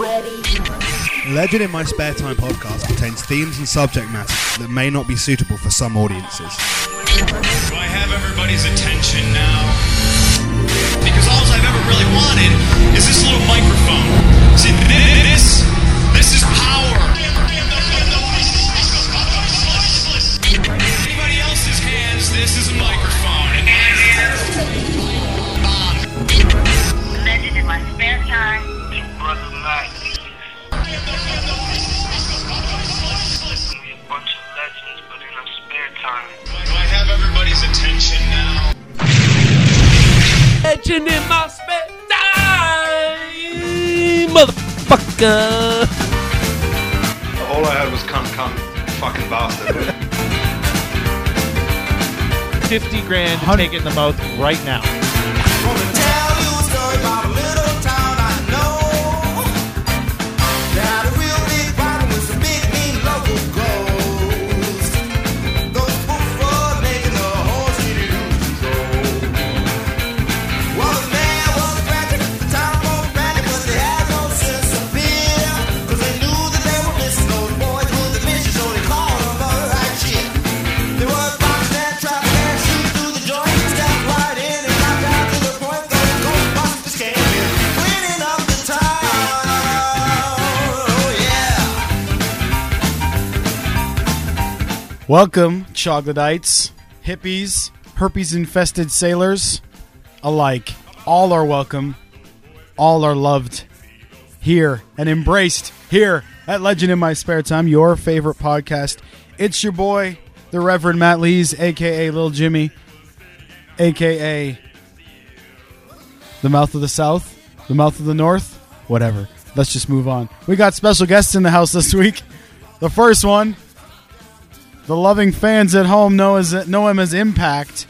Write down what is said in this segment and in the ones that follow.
Legend in My Spare Time podcast contains themes and subject matter that may not be suitable for some audiences. Do I have everybody's attention now? Because all I've ever really wanted is this little microphone. See, this, this is power. Anybody else's hands, this is a microphone. Legend in my spare time. Do I have everybody's attention now? Legend in my spare time, motherfucker. All I heard was cunt, cunt, fucking bastard. Fifty grand to take it in the mouth right now. Welcome, chocolatites, hippies, herpes infested sailors alike. All are welcome. All are loved here and embraced here at Legend in My Spare Time, your favorite podcast. It's your boy, the Reverend Matt Lees, aka Lil Jimmy, aka the mouth of the South, the mouth of the North, whatever. Let's just move on. We got special guests in the house this week. The first one, the loving fans at home know as know him as Impact.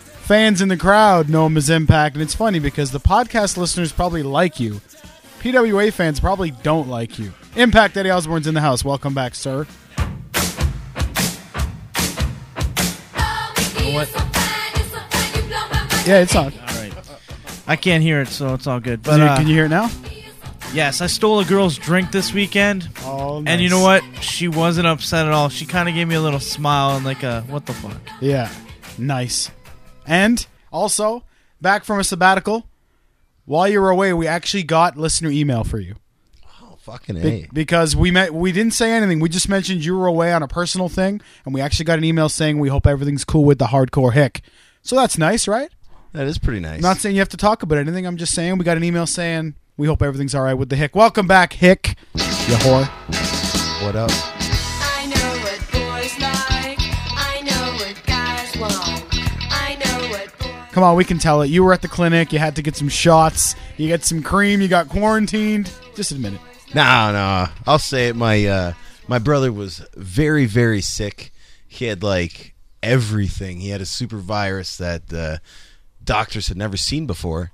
Fans in the crowd know him as Impact, and it's funny because the podcast listeners probably like you. PWA fans probably don't like you. Impact Eddie Osborne's in the house. Welcome back, sir. What? Yeah, it's on. All right. I can't hear it, so it's all good. But Can you- uh, can you hear it now? yes, I stole a girl's drink this weekend, Oh, and you know what? She wasn't upset at all. She kind of gave me a little smile and like a what the fuck. Yeah, nice. And also, back from a sabbatical. While you were away, we actually got listener email for you. Fucking Be- A. because we met we didn't say anything we just mentioned you were away on a personal thing and we actually got an email saying we hope everything's cool with the hardcore hick so that's nice right That is pretty nice. not saying you have to talk about anything i'm just saying we got an email saying we hope everything's all right with the hick welcome back hick you whore what up? I know what boys like. I know what guys want. I know what boys. come on we can tell it you were at the clinic you had to get some shots you got some cream you got quarantined just admit it Nah, nah. I'll say it. My uh, my brother was very, very sick. He had like everything. He had a super virus that uh, doctors had never seen before,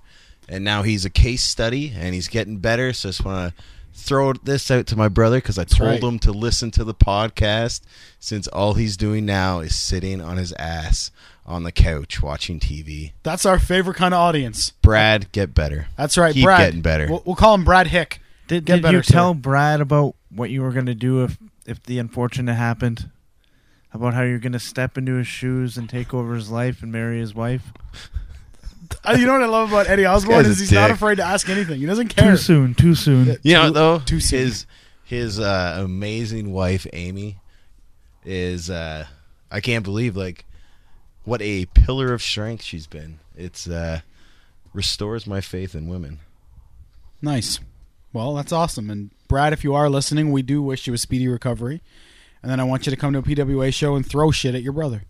and now he's a case study and he's getting better. So I just want to throw this out to my brother because I told right. him to listen to the podcast. Since all he's doing now is sitting on his ass on the couch watching TV. that's our favorite kind of audience Brad, get better. that's right Keep brad getting better. we'll, we'll call him brad hick Did, Get did better, you sir. tell Brad about what you were gonna do if if the unfortunate happened? About how you're gonna step into his shoes and take over his life and marry his wife? Uh, you know what i love about eddie osborne guy's a is he's not dick. afraid to ask anything he doesn't care Too soon, too soon. You know, though, too soon. his his uh, amazing wife Amy is uh, I can't believe like what a pillar of strength she's been. It's uh, restores my faith in women. Nice. Well, that's awesome. And Brad, if you are listening, we do wish you a speedy recovery. And then I want you to come to a PWA show and throw shit at your brother.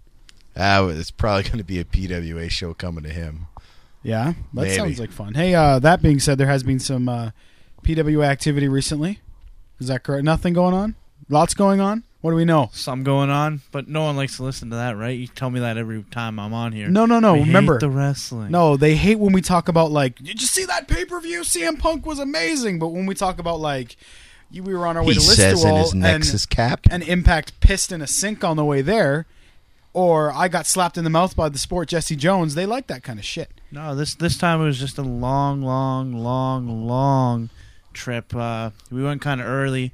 Ah, it's probably going to be a PWA show coming to him. Yeah, that Maybe. sounds like fun. Hey, uh, that being said, there has been some uh, PWA activity recently. Is that correct? Nothing going on. Lots going on. What do we know? Something going on, but no one likes to listen to that, right? You tell me that every time I'm on here. No, no, no. We hate remember the wrestling. No, they hate when we talk about like, did you see that pay per view? CM Punk was amazing. But when we talk about like, you, we were on our way He to says in Listowel his Nexus and, cap. an impact pissed in a sink on the way there, or I got slapped in the mouth by the sport Jesse Jones. They like that kind of shit. no. This this time it was just a long, long, long, long trip. Uh, we went kind of early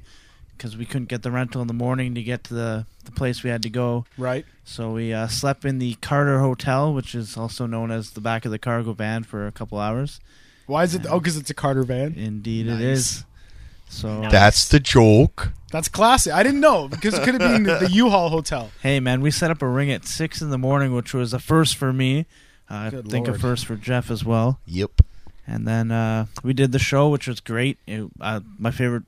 because we couldn't get the rental in the morning to get to the, the place we had to go. Right. So we uh, slept in the Carter Hotel, which is also known as the back of the cargo van, for a couple hours. Why is it? Oh, because it's a Carter van. Indeed, Nice. it is. So uh, That's the joke. That's classic. I didn't know because it could have been the, the U-Haul hotel. hey, man, we set up a ring at six in the morning, which was a first for me. Uh, I Good think lord. a first for Jeff as well. Yep. And then uh, we did the show, which was great. It, uh, my favorite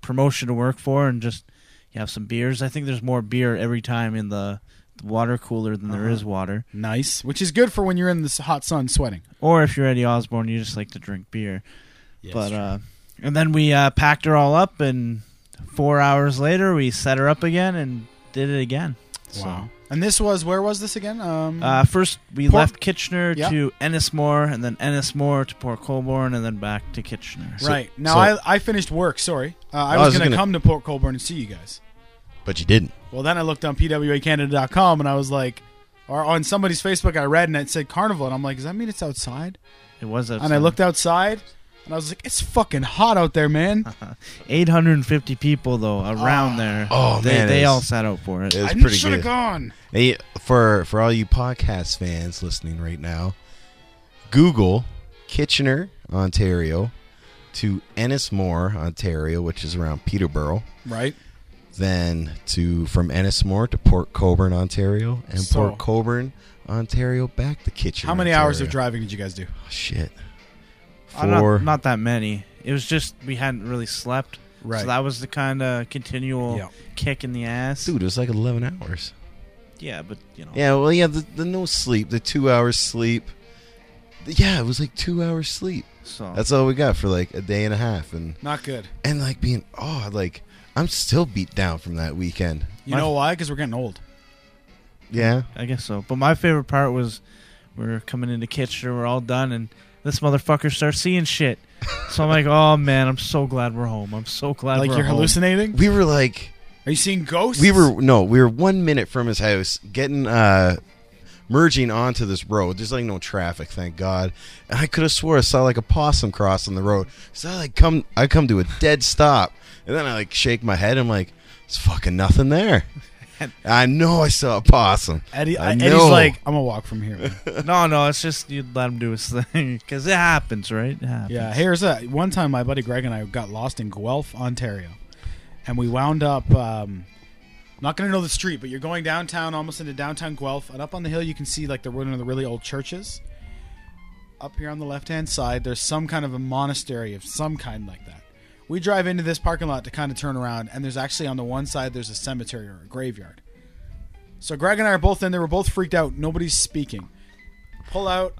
promotion to work for, and just you have some beers. I think there's more beer every time in the, the water cooler than there Uh-huh. is water. Nice, which is good for when you're in this hot sun sweating. Or if you're Eddie Osborne, you just like to drink beer. but uh, and then we uh, packed her all up, and four hours later, we set her up again and did it again. Wow. And this was where was this again? Um, Uh, first, we Port- left Kitchener Yeah. to Ennismore, and then Ennismore to Port Colborne, and then back to Kitchener. right now, so- Oh, I, I finished work. Sorry, uh, I, was, gonna, come to Port Colborne and see you guys. But you didn't. Well, then I looked on pwacanada.com and I was like, or on somebody's Facebook, I read and it said Carnival, and I'm like, does that mean it's outside? It was And I looked outside, and I was like, it's fucking hot out there, man. 850 people though around there. Oh, they, man, it they was- all sat out for it. It was I pretty should good. have gone. Hey, for for all you podcast fans listening right now, Google Kitchener, Ontario, to Ennismore, Ontario, which is around Peterborough, Right. then to from Ennismore to Port Coburn, Ontario, and So- Port Coburn, Ontario, back to Kitchener. How many Ontario. hours of driving did you guys do? Shit, Uh, not- four. Not, that many. It was just we hadn't really slept. Right. So that was the kind of continual Yeah. kick in the ass. dude, it was like eleven hours. Yeah, but you know. Yeah, well, yeah, the, the no sleep, the two hours sleep. Yeah, it was like two hours sleep. So Oh. That's all we got for like a day and a half, and Not good. and like being oh like I'm still beat down from that weekend. You know why? Because we're getting old. Yeah, I guess so. But my favorite part was we're coming into Kitchener, we're all done, and this motherfucker starts seeing shit. So I'm like, oh man, I'm so glad we're home. I'm so glad Like we're you're home. hallucinating? we were like Are you seeing ghosts? we were no we were one minute from his house getting uh merging onto this road. There's like no traffic, thank God. And I could have swore I saw like a possum cross on the road. So I like come I come to a dead stop, and then I like shake my head. I'm like, it's fucking nothing there. I know I saw a possum. Eddie, I Eddie's know. like, I'm gonna walk from here. man." no, no, it's just you let him do his thing because it happens, right? It happens. yeah, here's a one time my buddy Greg and I got lost in Guelph, Ontario, and we wound up. Um, not gonna know the street, but you're going downtown, almost into downtown Guelph, and up on the hill you can see like the ruin of the really old churches. Up here on the left hand side, there's some kind of a monastery of some kind like that. We drive into this parking lot to kind of turn around, and there's actually on the one side there's a cemetery or a graveyard. So Greg and I are both in there. We're both freaked out. Nobody's speaking. Pull out,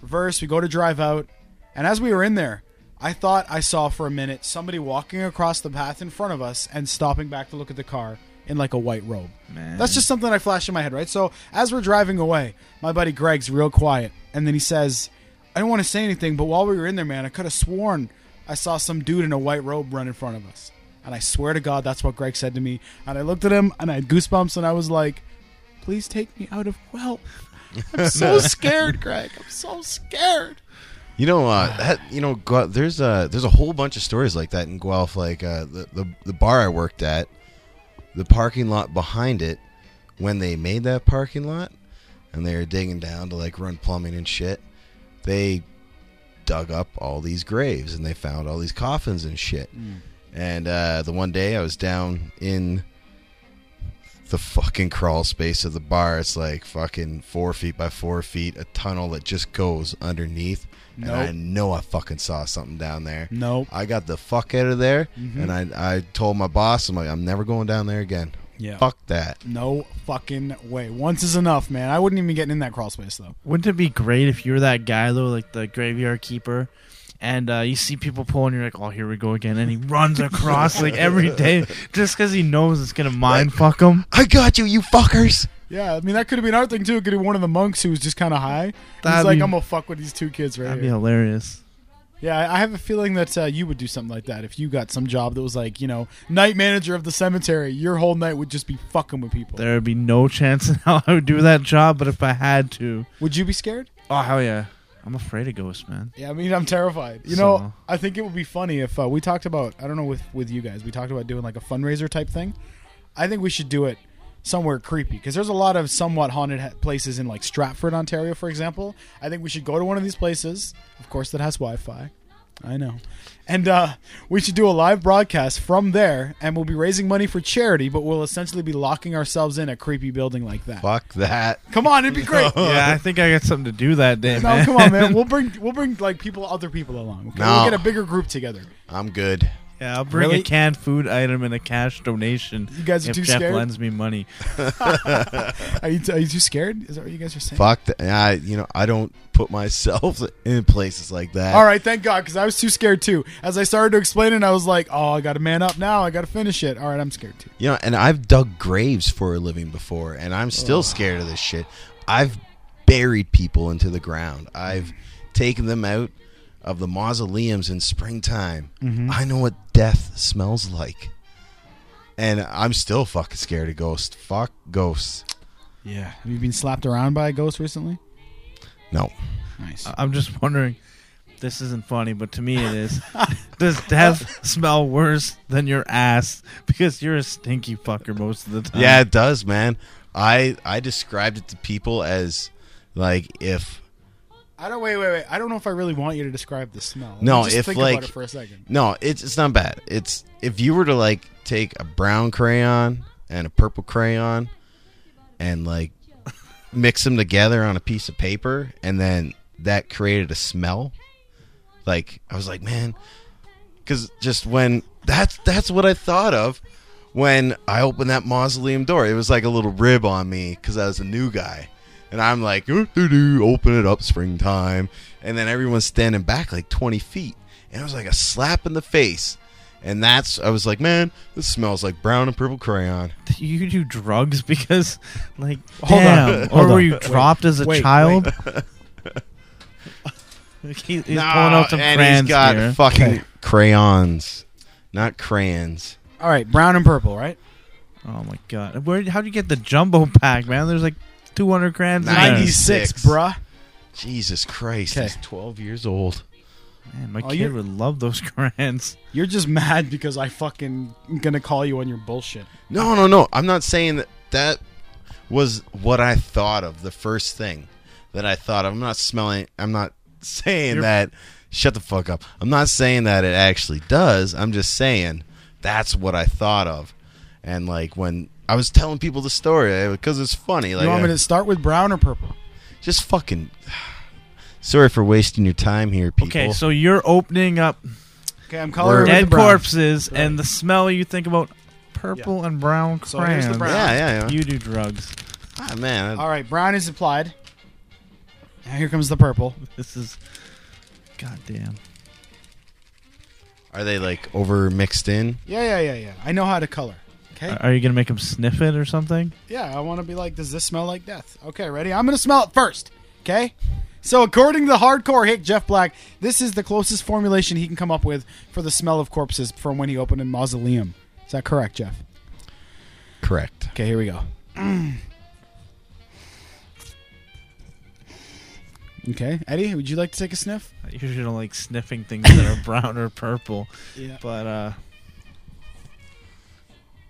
reverse. We go to drive out, and as we were in there, I thought I saw for a minute somebody walking across the path in front of us and stopping back to look at the car in like a white robe. Man. That's just something I flashed in my head, right? So as we're driving away, my buddy Greg's real quiet, and then he says, "I don't want to say anything, but while we were in there, man, I could have sworn I saw some dude in a white robe run in front of us." And I swear to God, that's what Greg said to me. And I looked at him, and I had goosebumps, and I was like, "Please take me out of well." I'm so scared, Greg. I'm so scared. You know, uh, that, you know, Gu- there's a there's a whole bunch of stories like that in Guelph. Like uh, the, the the bar I worked at, the parking lot behind it, when they made that parking lot, and they were digging down to like run plumbing and shit, they dug up all these graves and they found all these coffins and shit. And uh, the one day I was down in the fucking crawl space of the bar. It's like fucking four feet by four feet, a tunnel that just goes underneath. And I Nope. know I fucking saw something down there. Nope. I got the fuck out of there, Mm-hmm. and I I told my boss, I'm like, I'm never going down there again. Yeah. Fuck that. No fucking way. Once is enough, man. I wouldn't even be getting in that crawl space though. Wouldn't it be great if you were that guy though, like the graveyard keeper, and uh, you see people pulling, you're like, "Oh, here we go again," and he runs across like every day just because he knows it's gonna mind fuck him. I got you, you fuckers. Yeah, I mean that could have been our thing too. It could have been one of the monks who was just kind of high. He's That'd like, be- I'm gonna fuck with these two kids right That'd be here. hilarious. Yeah, I- I have a feeling that uh, you would do something like that if you got some job that was like, you know, night manager of the cemetery. Your whole night would just be fucking with people. There would be no chance in hell I would do that job, but if I had to, Would you be scared? oh hell yeah, I'm afraid of ghosts, man. Yeah, I mean, I'm terrified. You So- know, I think it would be funny if uh, we talked about. I don't know with with you guys. We talked about doing like a fundraiser type thing. I think we should do it somewhere creepy because there's a lot of somewhat haunted ha- places in like Stratford, Ontario, for example. I think we should go to one of these places, of course, that has Wi-Fi. I know, and uh, we should do a live broadcast from there, and we'll be raising money for charity, but we'll essentially be locking ourselves in a creepy building like that. Fuck that. Come on, it'd be great. Yeah, I think I got something to do that day, No, man. come on, man. We'll bring we'll bring like people, other people along. Okay? No. We'll get a bigger group together. I'm good. Yeah, I'll bring Really? a canned food item and a cash donation. You guys are if too Jeff scared? lends me money. Are you, are you too scared? Is that what you guys are saying? Fuck that. I, you know, I don't put myself in places like that. All right, thank God, because I was too scared too. As I started to explain it, I was like, "Oh, I got to man up now. I got to finish it." All right, I'm scared too. You know, and I've dug graves for a living before, and I'm still scared of this shit. I've buried people into the ground. I've taken them out of the mausoleums in springtime. I know what death smells like. And I'm still fucking scared of ghosts. Fuck ghosts. Yeah. Have you been slapped around by a ghost recently? No. Nice. Uh, I- I'm just wondering. This isn't funny, but to me it is. Does death smell worse than your ass? Because you're a stinky fucker most of the time. Yeah, it does, man. I I described it to people as like if I don't. Wait, wait, wait. I don't know if I really want you to describe the smell. Let No, me just if, think like- about it for a second. No, it's it's not bad. It's if you were to like take a brown crayon and a purple crayon and like mix them together on a piece of paper and then that created a smell. Like I was like, man, cuz just when that's that's what I thought of when I opened that mausoleum door. It was like a little rib on me cuz I was a new guy. And I'm like, "Ooh, doo, doo, open it up, springtime. And then everyone's standing back like 20 feet. And it was like a slap in the face. And that's, I was like, man, this smells like brown and purple crayon. You do drugs because, like, Hold on, damn. hold or were on. you Wait, dropped as a wait, child? He- he's pulling out some and crayons he's got here. fucking Okay. crayons, not crayons. All right, brown and purple, right? oh my god! Where? How'd you get the jumbo pack, man? There's like 200 grams. in there. Nice. Ninety six, Six. bruh. Jesus Christ, Okay. he's 12 years old. Man, my Oh, kid you're- would love those crayons. You're just mad because I fucking gonna call you on your bullshit. No, no, no. I'm not saying that that was what I thought of the first thing that I thought of. I'm not smelling, I'm not saying that. Shut the fuck up. I'm not saying that it actually does. I'm just saying that's what I thought of. And like when I was telling people the story eh, because it's funny. Like, You want me uh, to start with brown or purple? just fucking. Sorry for wasting your time here, people. Okay, so you're opening up Okay, I'm coloring with the dead brown. corpses, and the smell you think about purple and brown crayons. So here's the brown. yeah, yeah, yeah. You do drugs. ah, man, All right, brown is applied. Now here comes the purple. This is goddamn. are they like over mixed in? Yeah, yeah, yeah, yeah. I know how to color. Okay. Are are you gonna make him sniff it or something? Yeah, I want to be like, does this smell like death? Okay, ready? I'm going to smell it first. Okay? So, according to the hardcore hick Jeff Black, this is the closest formulation he can come up with for the smell of corpses from when he opened a mausoleum. Is that correct, Jeff? Correct. Okay, here we go. okay, Eddie, would you like to take a sniff? I usually don't like sniffing things that are brown or purple, Yeah. but uh,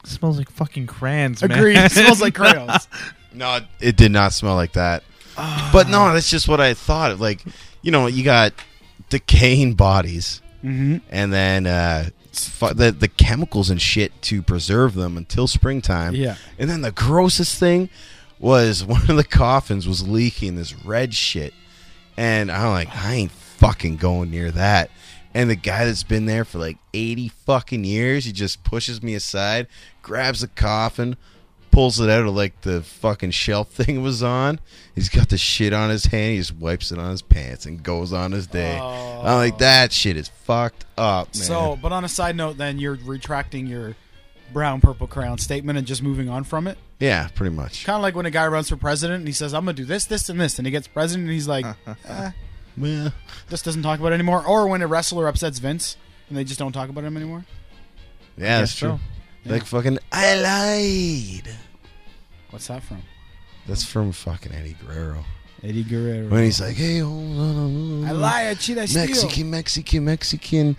it smells like fucking crayons, man. Agreed. It smells like crayons. No, it- it did not smell like that. but no, that's just what I thought. Like, you know, you got decaying bodies, Mhm. and then uh, fu- the the chemicals and shit to preserve them until springtime. Yeah. And then the grossest thing was one of the coffins was leaking this red shit, and I'm like, I ain't fucking going near that. And the guy that's been there for like 80 fucking years, he just pushes me aside, grabs the coffin, pulls it out of like the fucking shelf thing it was on. He's got the shit on his hand. He just wipes it on his pants and goes on his day. I'm like, that shit is fucked up, man. So, but on a side note, then you're retracting your brown purple crayon statement and just moving on from it. yeah, pretty much. Kind of like when a guy runs for president and he says, "I'm gonna do this, this, and this," and he gets president and he's like, Yeah. "This doesn't talk about it anymore." Or when a wrestler upsets Vince and they just don't talk about him anymore. Yeah, that's guess true. so. Like fucking, I lied. What's that from? That's from fucking Eddie Guerrero. Eddie Guerrero. When he's like, hey, hold on. I lie, I cheat, I steal. Mexican, Mexican, Mexican.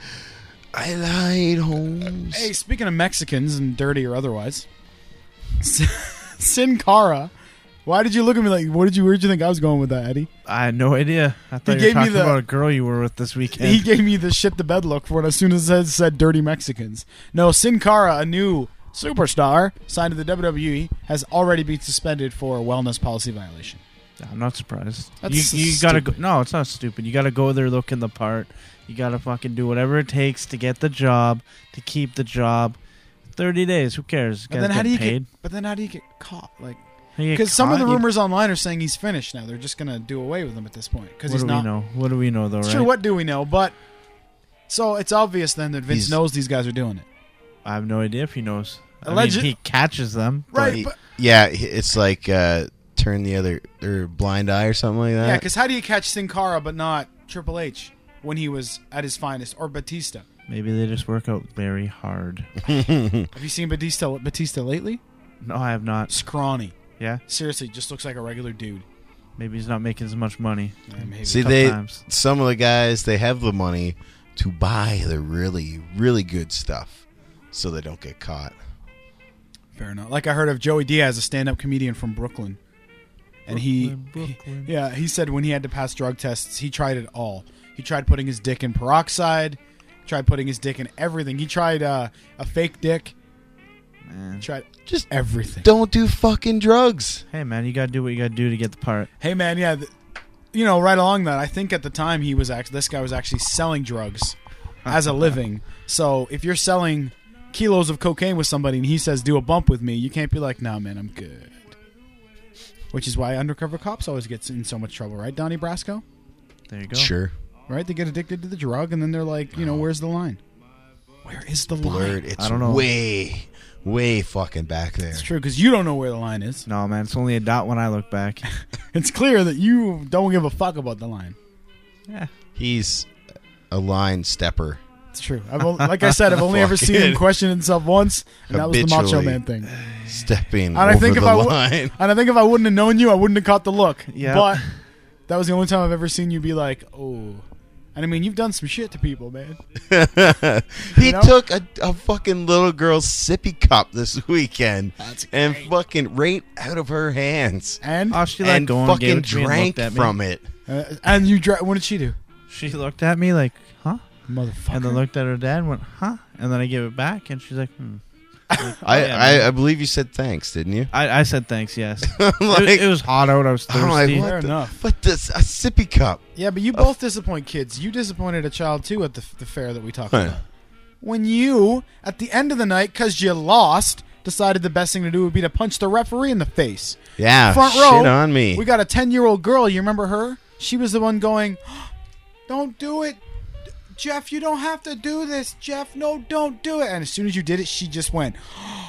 I lied, Holmes. Hey, speaking of Mexicans and dirty or otherwise, Sin Cara. Why did you look at me like? What did you? Where'd you think I was going with that, Eddie? I had no idea. I thought you gave were me talking the- about a girl you were with this weekend. He gave me the shit to bed look for it as soon as I said dirty Mexicans. No, Sin Cara, a new superstar signed to the WWE, has already been suspended for a wellness policy violation. I'm not surprised. That's you you so gotta go. No, it's not stupid. You gotta go there looking the part. You gotta fucking do whatever it takes to get the job, to keep the job. Thirty days. Who cares? But Guys then get how do you paid. get? But then how do you get caught? Like, How do you get because some of caught? the You- rumors online are saying he's finished now. They're just gonna do away with him at this point because What he's do not. we know? What do we know though? Right? Sure, what do we know? But so it's obvious then that Vince He's- knows these guys are doing it, I have no idea if he knows. I mean, Alleged- he catches them. right? He- but, yeah, he- it's like uh, turn the other or blind eye or something like yeah, that. because how do you catch Sin Cara but not Triple H when he was at his finest or Batista? Maybe they just work out very hard. Have you seen Batista Batista lately? No, I have not. Scrawny. Yeah, Seriously, just looks like a regular dude. maybe he's not making as much money. Yeah, maybe. See, tough they times. some of the guys they have the money to buy the really really good stuff, so they don't get caught. Fair enough. Like I heard of Joey Diaz, a stand-up comedian from Brooklyn, and he, he- yeah, he said when he had to pass drug tests, he tried it all. He tried putting his dick in peroxide, tried putting his dick in everything. He tried uh, a fake dick, Man. tried Just everything. don't do fucking drugs. Hey man, you gotta do what you gotta do to get the part. Hey man, yeah, th- you know, right along that, I think at the time he was actually this guy was actually selling drugs as a living. So if you're selling kilos of cocaine with somebody and he says do a bump with me, you can't be like, nah, man, I'm good. Which is why undercover cops always gets in so much trouble, right, Donnie Brasco? There you go. Sure, Right? They get addicted to the drug and then they're like, you know, where's the line? Where is the blurred. line? It's I don't know. way way fucking back there. It's true because you don't know where the line is. No man, it's only a dot when I look back. It's clear that you don't give a fuck about the line. yeah. He's a line stepper. It's true. I've, on- like I said, I've only ever seen him Fucking question himself once, and that was the Macho habitually. Man thing. stepping And I over think the if I line. w- and I think if I wouldn't have known you, I wouldn't have caught the look. Yeah. But that was the only time I've ever seen you be like, "Oh," and I mean, you've done some shit to people, man. he You know? took a, a fucking little girl's sippy cup this weekend and fucking right out of her hands And Oh, she and like going fucking gave it to me and drank looked at me. from it. uh, and you dra- what did she do, She looked at me like, huh? motherfucker? And then looked at her dad and went, huh? And then I gave it back and she's like, hmm. Oh, I, yeah, I, I believe you said thanks, didn't you? I, I said thanks, yes. like, it, was, it was hot out, I was I'm like, thirsty. what Fair the- enough. But this a sippy cup. yeah, but you both disappoint kids. You disappointed a child too at the, the fair that we talked Oh, about. When you, at the end of the night, because you lost, decided the best thing to do would be to punch the referee in the face. Yeah, front shit row. on me. We got a ten-year-old girl. You remember her? She was the one going, "Don't do it, Jeff. You don't have to do this, Jeff. No, don't do it." And as soon as you did it, she just went,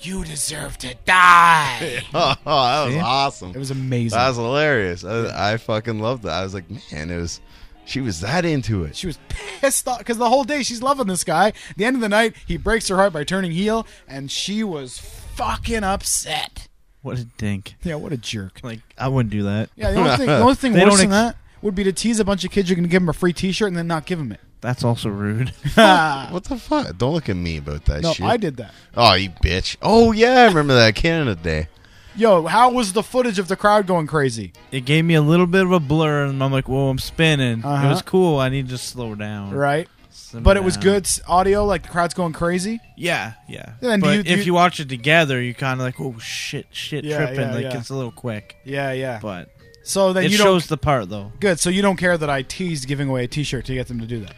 "You deserve to die." oh, that was awesome. It was amazing. that was hilarious. I, I fucking loved that. I was like, man, it was. She was that into it. she was pissed off because the whole day she's loving this guy. At the end of the night, he breaks her heart by turning heel, and she was fucking upset. What a dink. Yeah, what a jerk. Like, I wouldn't do that. Yeah, the only thing, the only thing They worse don't than ex- that would be to tease a bunch of kids you're going to give them a free T-shirt and then not give them it. Ah, That's also rude. What the fuck? Don't look at me about that No, shit. I did that. Oh, you bitch. Oh, yeah, I remember that Canada Day. Yo, how was the footage of the crowd going crazy? it gave me a little bit of a blur and I'm like, whoa, I'm spinning. Uh-huh. It was cool. I need to slow down. Right? Simmer But it was down. good s- audio, like the crowd's going crazy. Yeah, yeah. Then do but you- do if you- you, watch it together, you kind of like, oh shit, shit, Yeah, tripping. yeah, like yeah. it's a little quick, Yeah, yeah. but so then it you shows the part though. don't good. So you don't care that I teased giving away a T-shirt to get them to do that.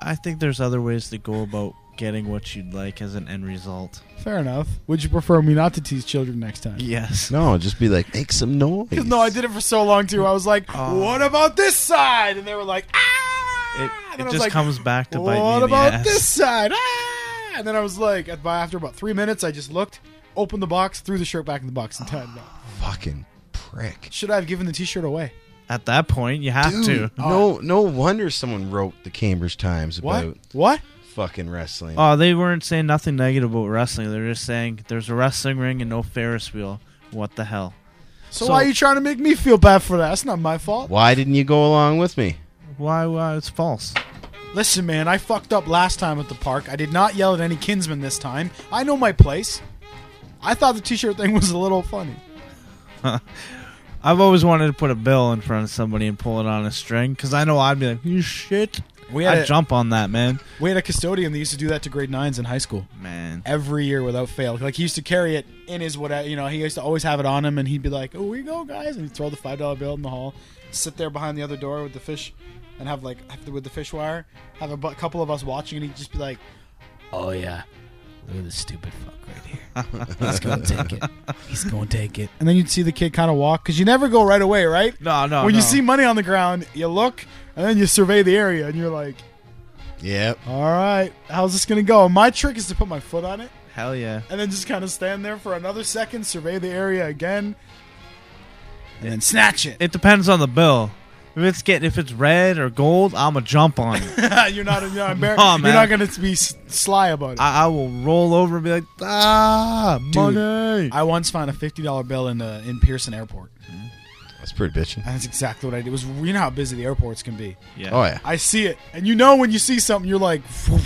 I think there's other ways to go about getting what you'd like as an end result. Fair enough. Would you prefer me not to tease children next time? Yes. No, just be like, make some noise. No, I did it for so long too. I was like, Oh. "What about this side?" And they were like, "Ah!" It, And it I was just like, comes back to bite me What in the about ass. this side? Ah! And then I was like, at- by- after about three minutes, I just looked, opened the box, threw the shirt back in the box, and tied it up. Fucking prick. Should I have given the T-shirt away? At that point, you have Dude, to. no, no wonder someone wrote the Cambridge Times Oh. What? about What? fucking wrestling. Oh, they weren't saying nothing negative about wrestling. They're just saying there's a wrestling ring and no Ferris wheel. What the hell? So, So- why are you trying to make me feel bad for that? That's not my fault. Why didn't you go along with me? Why? Why? It's false. Listen, man, I fucked up last time at the park. I did not yell at any kinsmen this time. I know my place. I thought the t-shirt thing was a little funny. I've always wanted to put a bill in front of somebody and pull it on a string because I know I'd be like, you shit. We I'd had a- jump on that, man. We had a custodian that used to do that to grade nines in high school Man. every year without fail. Like he used to carry it in his whatever, you know, he used to always have it on him, and he'd be like, "Oh, we go, guys!" and he'd throw the five dollar bill in the hall, sit there behind the other door with the fish, and have like have the- with the fish wire, have a bu- couple of us watching, and he'd just be like, "Oh yeah, look at this stupid fuck right here. He's gonna take it. He's gonna take it." And then you'd see the kid kind of walk because you never go right away, right? No, no. when you Oh, no. see money on the ground, you look, and then you survey the area, and you're like. Yep. All right, how's this gonna go? My trick is to put my foot on it Hell yeah. and then just kind of stand there for another second, survey the area again, and then snatch it. It depends on the bill. If it's get if it's red or gold, I'm a jump on it. you're not, you're not embarrassed. on, man. you're not gonna be s- sly about it. I, I, I will roll over and be like, ah, money. once found a fifty dollar bill in uh, in Pearson Airport, That's pretty bitching. and that's exactly what I did. It was you know how busy the airports can be. yeah. Oh yeah. I see it, and you know when you see something, you're like, "Phew,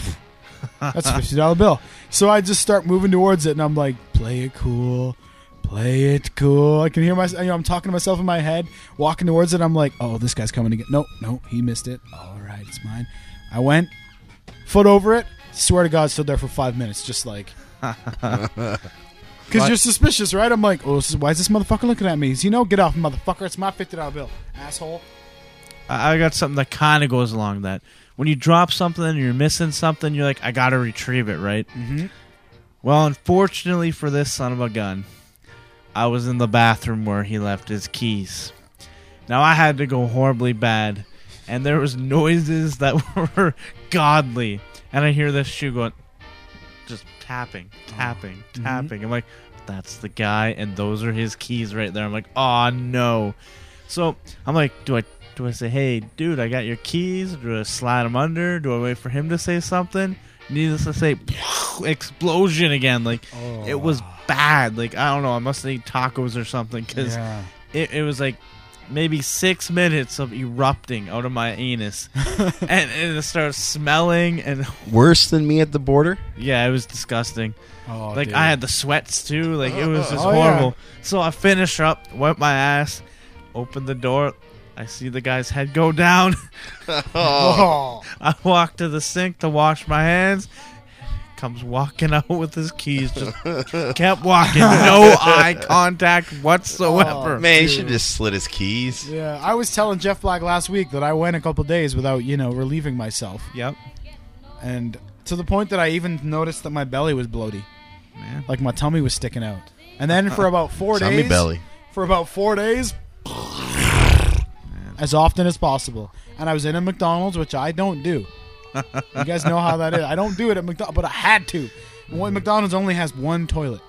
"That's a fifty dollar bill." So I just start moving towards it, and I'm like, "Play it cool, play it cool." I can hear myself. You know, I'm talking to myself in my head, walking towards it. I'm like, "Oh, this guy's coming again." No, no, he missed it. All right, it's mine. I went foot over it. Swear to God, stood there for five minutes, just like. Because you're suspicious, right? I'm like, oh, this is- why is this motherfucker looking at me? He's, you know, get off, motherfucker. It's my $50 bill, asshole. I, I got something that kind of goes along that. When you drop something and you're missing something, you're like, I gotta retrieve it, right? Mm-hmm. Well, unfortunately for this son of a gun, I was in the bathroom where he left his keys. Now I had to go horribly bad, and there was noises that were godly, and I hear this shoe going, just tapping, tapping, tapping. I'm like, that's the guy, and those are his keys right there. I'm like, oh no. So I'm like, do I do I say, hey, dude, I got your keys? Do I slide them under? Do I wait for him to say something? Needless to say, explosion again. Like Oh. it was bad. Like I don't know. I must need tacos or something because it, it was like maybe six minutes of erupting out of my anus, and, and it started smelling. And Worse than me at the border. yeah, it was disgusting. Oh, Like dude. I had the sweats too. Like it was just Oh, yeah. horrible. So I finished up, wiped my ass, opened the door. I see the guy's head go down. Oh. I walk to the sink to wash my hands. Comes walking out with his keys. Just kept walking. No eye contact whatsoever. Oh, Man, he should just slit his keys. Yeah, I was telling Jeff Black last week that I went a couple days without, you know, relieving myself. Yep. And to the point that I even noticed that my belly was bloaty. Man. Like my tummy was sticking out. And then for about four Tummy days. belly. For about four days. As often as possible. And I was in a McDonald's, which I don't do. you guys know how that is. I don't do it at McDonald's, but I had to. One McDonald's only has one toilet.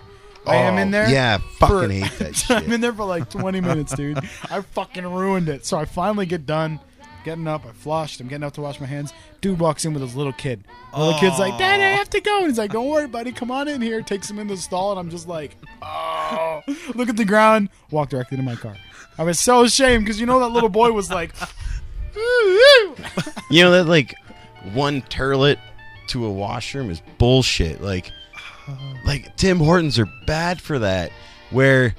I am in there. Oh, Yeah, for- fucking hate that I'm in shit. there for like 20 minutes, dude. I fucking ruined it. So I finally get done, getting up. I flushed. I'm getting up to wash my hands. Dude walks in with his little kid. The little kid's like, Dad, I have to go. And he's like, Don't worry, buddy. Come on in here. Takes him in the stall, and I'm just like, Oh, look at the ground. Walk directly to my car. I was so ashamed because you know that little boy was like, You know that like one turlet to a washroom is bullshit. Like, like Tim Hortons are bad for that. Where,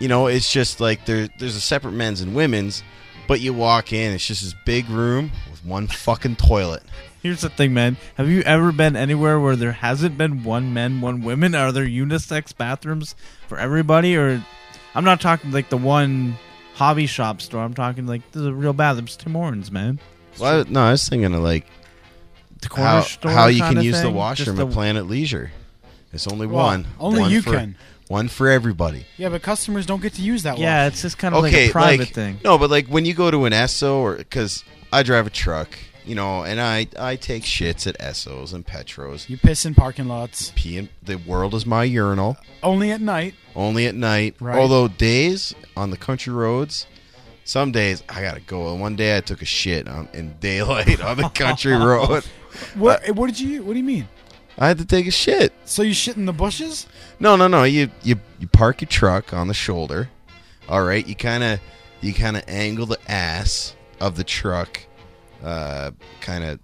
you know, it's just like there there's a separate men's and women's, but you walk in, it's just this big room with one fucking toilet. Here's the thing, man. Have you ever been anywhere where there hasn't been one men, one women? Are there unisex bathrooms for everybody? Or I'm not talking like the one hobby shop store. I'm talking like there's a real bathroom. It's Tim Hortons, man. Well, no, I was thinking of like The corner how, store. how you kinda can use the thing. washroom Just at Planet Leisure. It's only Well, one. only One you for- can. One for everybody. Yeah, but customers don't get to use that Yeah, one. it's just kind of like a private thing. No, but like when you go to an Esso or because I drive a truck, you know, and I I take shits at Essos and Petros. You piss in parking lots. Pee in, the world is my urinal. Only at night. Only at night. Right. Although days on the country roads, some days I gotta go. And one day I took a shit on, in daylight on the country road. What, what did you, what do you mean? I had to take a shit. So you shit in the bushes? No, no, no. You you you park your truck on the shoulder, all right, you kind of you kind of angle the ass of the truck, uh, kind of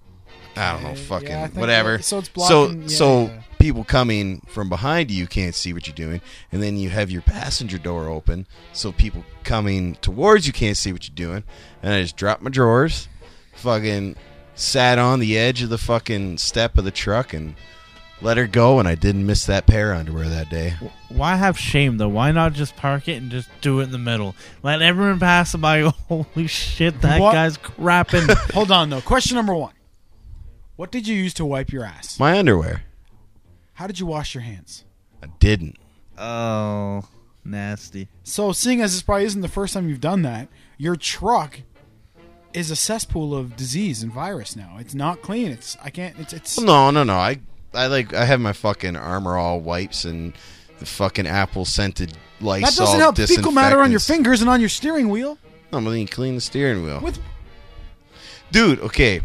I don't know, Okay, yeah, fucking I think whatever. that- so it's so blocking- so yeah. people coming from behind you can't see what you're doing, and then you have your passenger door open, so people coming towards you can't see what you're doing. And I just dropped my drawers, fucking sat on the edge of the fucking step of the truck and let her go, and I didn't miss that pair of underwear that day. Why have shame though? Why not just park it and just do it in the middle? Let everyone pass by. go, Holy shit, that What? guy's crapping. Hold on though. Question number one: What did you use to wipe your ass? My underwear. How did you wash your hands? I didn't. oh, nasty. So, seeing as this probably isn't the first time you've done that, your truck is a cesspool of disease and virus now. It's not clean. It's I can't. It's it's. No, no, no. I, I like. I have my fucking armor all wipes and the fucking apple scented Lysol. that doesn't help. Fecal matter on your disinfectants. fingers and on your steering wheel. No, but then you clean the steering wheel. With- Dude, okay.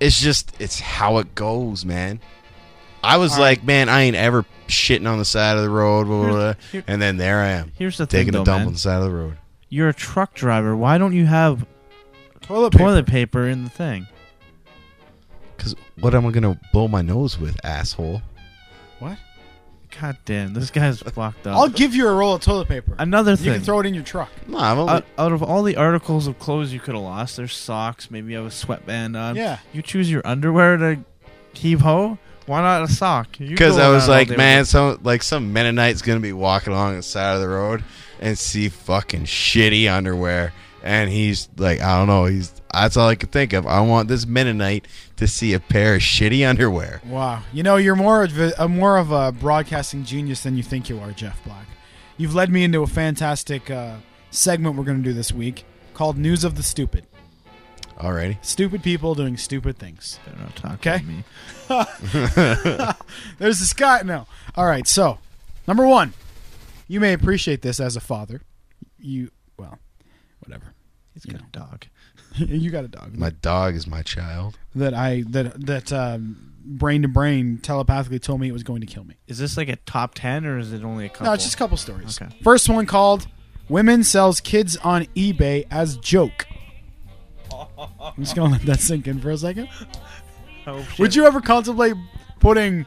It's just it's how it goes, man. I was like, man, I ain't ever shitting on the side of the road, blah, blah, blah. here- and then there I am Here's the taking thing, a though, dump man. on the side of the road. You're a truck driver. Why don't you have Toilet paper. toilet paper in the thing? Cause what am I gonna blow my nose with, asshole? What? God damn, this guy's fucked up. I'll give you a roll of toilet paper. Another thing. You can throw it in your truck. No, I'm Uh, only, Uh, out, out of all the articles of clothes you could have lost, there's socks. Maybe you have a sweatband on. Yeah. You choose your underwear to heave ho. Why not a sock? You Because go I was around all like, day man, some like some Mennonite's gonna be walking along the side of the road and see fucking shitty underwear, and he's like, I don't know, he's that's all I could think of. I want this Mennonite to see a pair of shitty underwear. Wow. You know, you're more of a, a more of a broadcasting genius than you think you are, Jeff Black. You've led me into a fantastic uh, segment we're going to do this week called "News of the Stupid." Alrighty, Stupid people doing stupid things. with- They're not talking Okay. to me. There's this guy. No. All right. So, number one, you may appreciate this as a father. You well, whatever. He's got a dog. you got a dog my dog is my child. that I that that um, brain to brain telepathically told me it was going to kill me. Is this like a top ten or is it only a couple? No, it's just a couple stories. Okay. First one called "Women Sells Kids on eBay as Joke." I'm just gonna let that sink in for a second. Oh, shit. Would you ever contemplate putting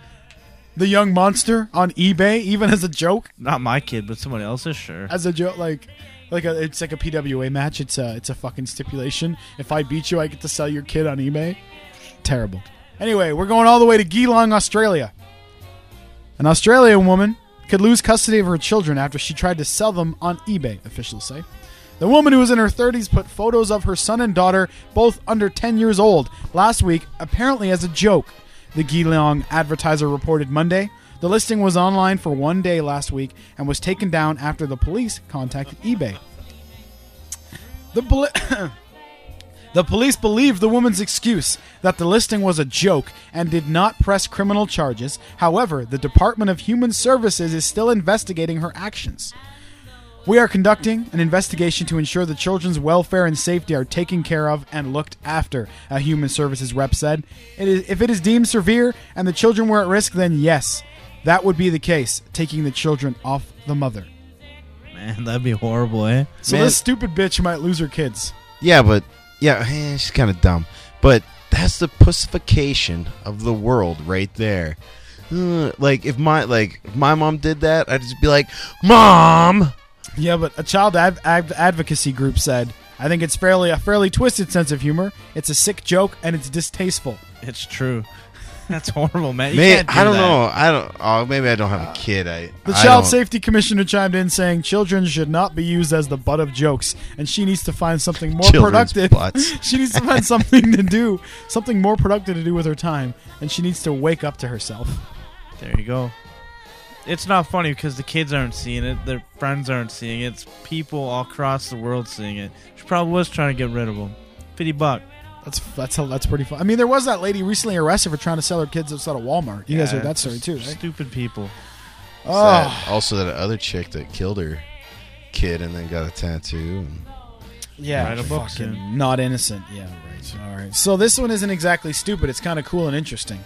the young monster on eBay, even as a joke? Not my kid, but someone else's. Sure. As a joke, like like a, it's like a PWA match. It's a it's a fucking stipulation. If I beat you, I get to sell your kid on eBay. Terrible. Anyway, we're going all the way to Geelong, Australia. An Australian woman could lose custody of her children after she tried to sell them on eBay, officials say. The woman who was in her 30s put photos of her son and daughter, both under 10 years old, last week, apparently as a joke. The Geelong Advertiser reported Monday. The listing was online for one day last week and was taken down after the police contacted eBay. The, poli- the police believed the woman's excuse that the listing was a joke and did not press criminal charges. However, the Department of Human Services is still investigating her actions. We are conducting an investigation to ensure the children's welfare and safety are taken care of and looked after, a human services rep said. It is, if it is deemed severe and the children were at risk, then yes, that would be the case, taking the children off the mother. Man, that'd be horrible, eh? So Man. this stupid bitch might lose her kids. Yeah, but yeah, eh, she's kind of dumb. But that's the pussification of the world right there. Uh, like if my like if my mom did that, I'd just be like, mom. Yeah, but a child ad- ad- advocacy group said, "I think it's fairly a fairly twisted sense of humor. It's a sick joke and it's distasteful." It's true. That's horrible, man. You Man, can't do I don't that. Ah. know. I don't. Oh, maybe I don't have a kid. I The I child don't- safety commissioner chimed in saying, "Children should not be used as the butt of jokes, and she needs to find something more Children's productive. butts. she needs to find something to do, something more productive to do with her time, and she needs to wake up to herself." There you go. It's not funny because the kids aren't seeing it, their friends aren't seeing it, it's people all across the world seeing it. She probably was trying to get rid of them. Pity buck. That's that's that's pretty fun. I mean, there was that lady recently arrested for trying to sell her kids outside of Walmart. You guys heard that story just too, right? Stupid people. Oh, Ah. that- also that other chick that killed her kid and then got a tattoo. And Yeah, Write a book fucking soon. not innocent. Yeah, right. All right. So this one isn't exactly stupid. It's kind of cool and interesting.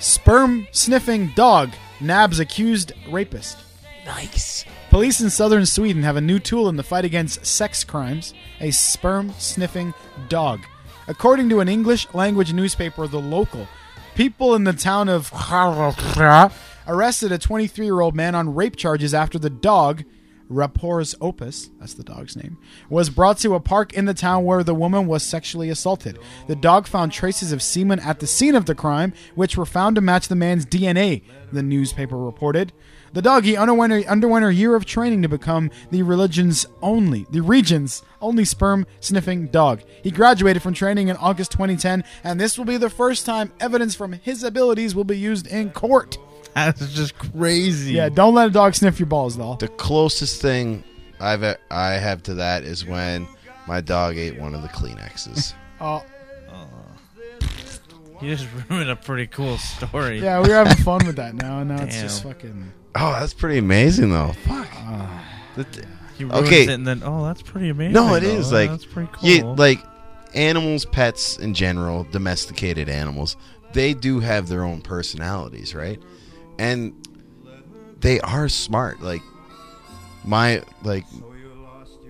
Sperm sniffing dog nabs accused rapist. nice. Police in southern Sweden have a new tool in the fight against sex crimes a sperm sniffing dog. According to an English language newspaper, The Local, people in the town of arrested a 23 year old man on rape charges after the dog, Rapport's Opus, that's the dog's name, was brought to a park in the town where the woman was sexually assaulted. The dog found traces of semen at the scene of the crime, which were found to match the man's DNA, the newspaper reported. The doggy underwent a, underwent a year of training to become the religion's only, the region's only sperm sniffing dog. He graduated from training in August 2010, and this will be the first time evidence from his abilities will be used in court. That's just crazy. Yeah, don't let a dog sniff your balls, though. The closest thing I've e, I have to that is when my dog ate one of the Kleenexes. Oh, You just ruined a pretty cool story. yeah, we were having fun with that now, and now it's Damn. just fucking. oh, that's pretty amazing though. Fuck. That- He ruins Okay. it and then, oh, that's pretty amazing. no, it though. is Oh, like that's pretty cool. you- like animals, pets in general, domesticated animals. They do have their own personalities, right? And they are smart. Like my like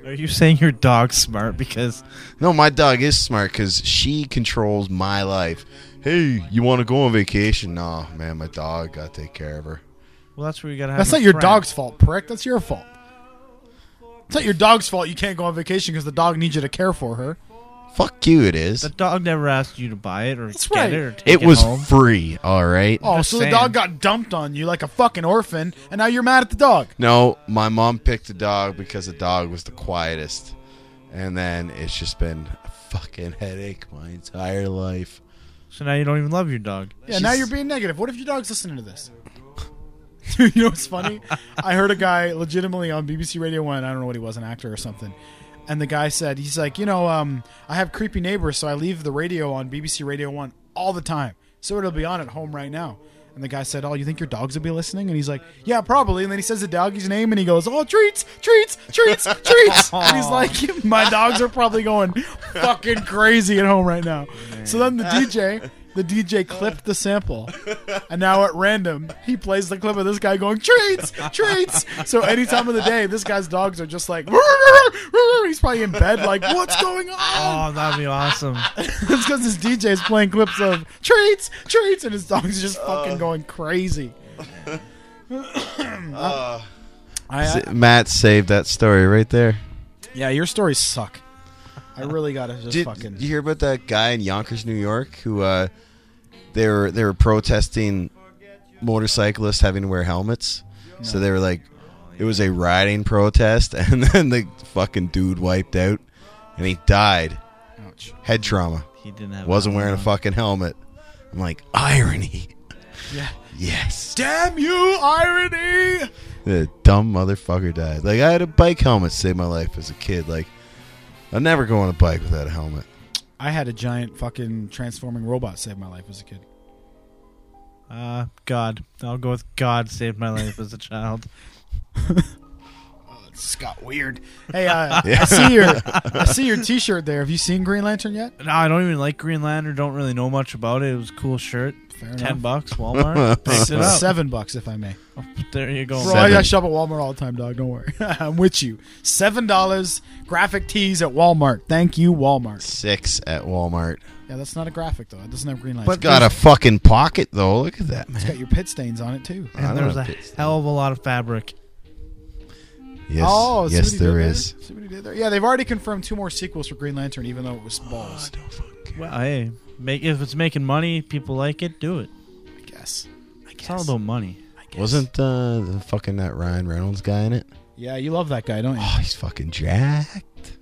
Are you saying your dog's smart? Because No, my dog is smart because she controls my life. Hey, you want to go on vacation? Nah, man, my dog got to take care of her. well, that's where you gotta. Have That's a not your friend. dog's fault, prick. That's your fault. It's not your dog's fault you can't go on vacation because the dog needs you to care for her. Fuck you, it is. The dog never asked you to buy it or That's get right. it or take it it, was home. free, all right? Oh, Just so saying. the dog got dumped on you like a fucking orphan, and now you're mad at the dog. No, my mom picked the dog because the dog was the quietest. And then it's just been a fucking headache my entire life. so now you don't even love your dog. Yeah, now you're being negative. What if your dog's listening to this? Dude, you know what's funny? I heard a guy legitimately on BBC Radio 1, I don't know what he was, an actor or something. And the guy said, he's like, you know, um, I have creepy neighbors, so I leave the radio on BBC Radio 1 all the time. So it'll be on at home right now. And the guy said, oh, you think your dogs will be listening? And he's like, yeah, probably. And then he says the doggy's name and he goes, oh, treats, treats, treats, treats. and he's like, my dogs are probably going fucking crazy at home right now. So then the DJ, the DJ clipped the sample. And now at random, he plays the clip of this guy going treats, treats. So any time of the day, this guy's dogs are just like, "Rrr, rrr, rrr, rrr." he's probably in bed, like, what's going on? Oh, that'd be awesome. It's because this DJ is playing clips of treats, treats, and his dogs are just fucking going crazy. Uh, I, S- Matt saved that story right there. yeah, your stories suck. I really gotta just Did, fucking. did you hear about that guy in Yonkers, New York, who uh, they were they were protesting motorcyclists having to wear helmets? So they were like, it was a riding protest, and then the fucking dude wiped out, and he died, Ouch. head trauma, He didn't have. wasn't one wearing a on. fucking helmet. I'm like irony. Yeah. Yes. Damn you, irony! The dumb motherfucker died. Like I had a bike helmet save my life as a kid. Like I never go on a bike without a helmet. I had a giant fucking transforming robot save my life as a kid. Uh, God, I'll go with God saved my life as a child. This got weird. Hey, uh, I see your I see your T-shirt there. Have you seen Green Lantern yet? No, I don't even like Green Lantern. Don't really know much about it. It was a cool shirt. Fair Ten enough. bucks, Walmart. Picked it up. Seven bucks, if I may. There you go. Bro, I, I Seven. shop at Walmart all the time, dog. Don't worry, I'm with you. Seven dollars graphic tees at Walmart. Thank you, Walmart. Six at Walmart. Yeah, that's not a graphic though. It doesn't have Green Lantern. It's got a fucking pocket though. Look at that, it's man. got your pit stains on it too. I And don't there's know a if it's- hell of a lot of fabric. Yes, oh, see what yes, he there did is. See what he did there? Yeah, they've already confirmed two more sequels for Green Lantern, even though it was balls. Well, hey, make if it's making money, people like it, do it. I guess. I It's guess. all about money. Wasn't uh, the fucking that Ryan Reynolds guy in it? Yeah, you love that guy, don't you? Oh, he's fucking jacked.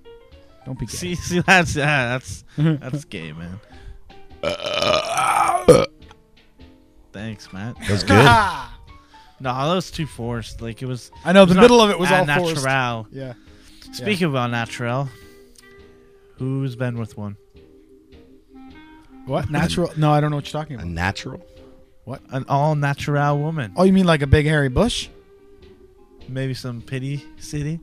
Don't be gay. See, see, that's yeah, that's that's gay, man. Thanks, Matt. That was good. Ah! No, that was too forced. Like it was. I know it was the not middle of it was a all natural. forced. Yeah. Speaking of about natural, who's been with one? What natural? No, I don't know what you're talking A about. natural. An all natural woman. Oh, you mean like a big hairy bush? Maybe some pity city.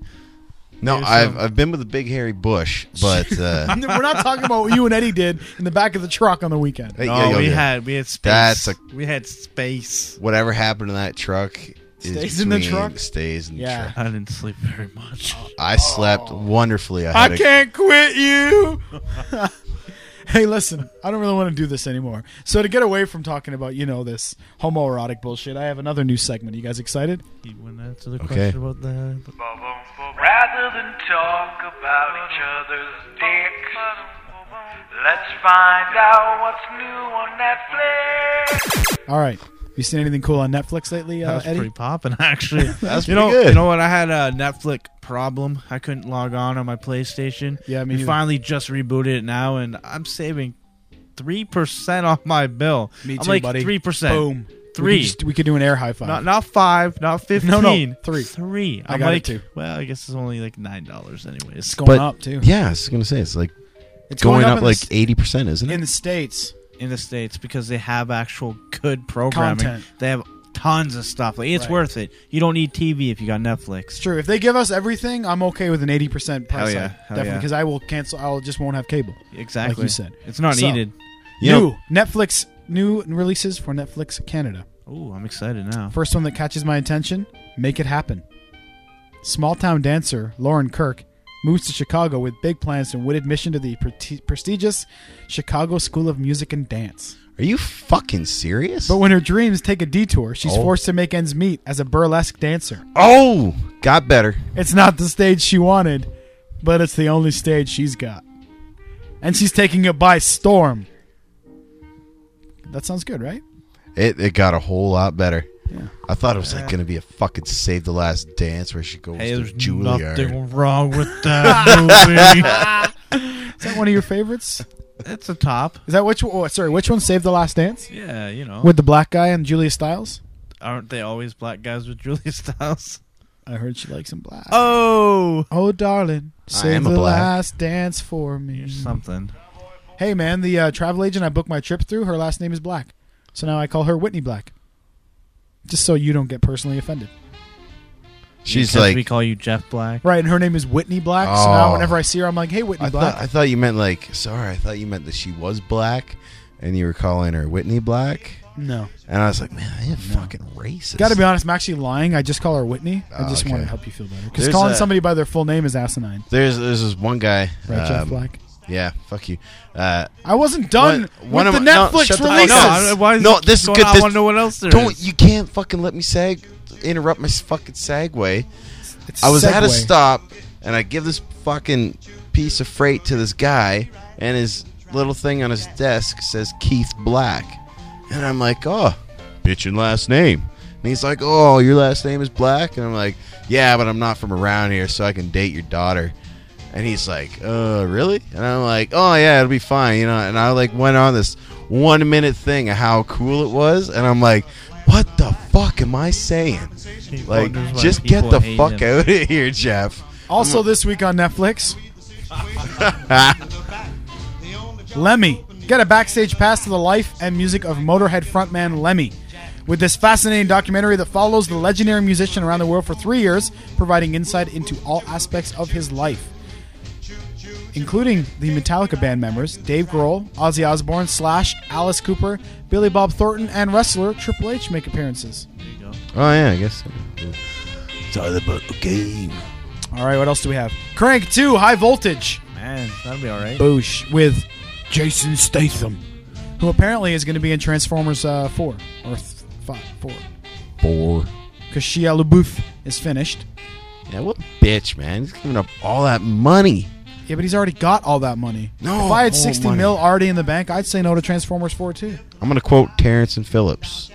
No, Maybe I've some- I've been with a big hairy bush, but uh, We're not talking about what you and Eddie did in the back of the truck on the weekend. hey, No, yo, yo, Oh, we yo. had we had space. That's a- we had space. whatever happened to that truck is Stays in the between- truck? Stays in the Yeah. truck. I didn't sleep very much. I slept wonderfully. I, I had a- can't quit you. hey, listen, I don't really want to do this anymore. So to get away from talking about, you know, this homoerotic bullshit, I have another new segment. You guys excited? You wouldn't answer the Okay. question about that. but- Rather than talk about each other's dicks, let's find out what's new on Netflix. All right. You seen anything cool on Netflix lately, That uh, was Eddie? pretty popping, actually. That's you pretty know, good. You know what? I had a Netflix problem. I couldn't log on on my PlayStation. Yeah, me We neither. finally just rebooted it now, and I'm saving three percent off my bill. Me I'm too, like buddy. Three percent. Boom. We Three. could, just- we could do an air high five. Not not five. Not fifteen. No, no, three. Three. I I'm got it like, too. Well, I guess it's only like nine dollars, anyways. it's going but- up too. Yeah, I was gonna say it's like It's going, up in like the, eighty percent, isn't in it? the states. in the states because they have actual good programming. Content. They have tons of stuff. Like it's Right. worth it. You don't need TV if you got Netflix. It's true. If they give us everything, I'm okay with an 80% price Hell yeah, hell hike, definitely yeah. because I will cancel. I will just won't have cable. Exactly. Like you said. It's not So- needed. You know- New Netflix new releases for Netflix Canada. Oh, I'm excited now. First one that catches my attention, Make It Happen. Small town dancer Lauren Kirk moves to Chicago with big plans and wooded mission to the pre- prestigious Chicago School of Music and Dance. Are you fucking serious? But when her dreams take a detour, she's Oh. forced to make ends meet as a burlesque dancer. oh, got better. It's not the stage she wanted, but it's the only stage she's got. And she's taking it by storm. That sounds good, right? It it got a whole lot better. Yeah. I thought it was like gonna be a fucking Save the Last Dance where she goes Hey, to there's Juilliard. nothing wrong with that Is that one of your favorites? movie. it's a top. Is that which one? Oh, sorry, which one saved the last dance? Yeah, you know. With the black guy and Julia Stiles? Aren't they always black guys with Julia Stiles? I heard she likes him black. Oh, Oh, darling, save am a the black. last dance for me. or something. Hey, man, the uh, travel agent I booked my trip through, her last name is Black. So now I call her Whitney Black. Just so you don't get personally offended. She's Because like, we call you Jeff Black. Right, and her name is Whitney Black. So now Oh. whenever I see her, I'm like, hey, Whitney I Black. thought I thought you meant like sorry. I thought you meant that she was black, and you were calling her Whitney Black. no. And I was like, man, I am fucking racist. Got to be honest, I'm actually lying. I just call her Whitney. I Oh, just want to okay. help you feel better. Because There's calling a- somebody by their full name is asinine. There's there's this one guy. Right, Jeff um, Black? Yeah, fuck you. Uh, I wasn't done one- one with of the my- no, Netflix shut the fuck releases. up. Oh, I- why No, it this is going good. on? This- I want to know what else there don't is. you can't fucking let me sag interrupt my s- fucking segue. It's I was at a Segway. stop and I give this fucking piece of freight to this guy, and his little thing on his desk says Keith Black. And I'm like, oh, bitchin' last name. And he's like, oh, your last name is Black? And I'm like, yeah, but I'm not from around here, so I can date your daughter. And he's like, uh, really? And I'm like, oh, yeah, it'll be fine, you know. And I like went on this one minute thing of how cool it was, and I'm like, what the fuck am I saying? He Like, wonders why just get people the hate fuck him. out of here, Jeff. Also, this week on Netflix, Ah. Lemmy. Get a backstage pass to the life and music of Motorhead frontman Lemmy. With this fascinating documentary that follows the legendary musician around the world for three years, providing insight into all aspects of his life, including the Metallica band members Dave Grohl, Ozzy Osbourne, Slash, Alice Cooper, Billy Bob Thornton, and wrestler Triple H make appearances. Oh yeah, I guess. So. Sorry about the game. All right, what else do we have? Crank 2 High Voltage. Man, that'd be all Uh, right. Boosh with Jason Statham, who apparently is going to be in Transformers uh, 4 or th- 5, 4. Four. Because Shia LaBeouf is finished. Yeah, what a bitch, man? He's giving up all that money. Yeah, but he's already got all that money. No, If I had all 60 money. mil already in the bank, I'd say no to Transformers 4 too. I'm gonna quote Terrence and Phillips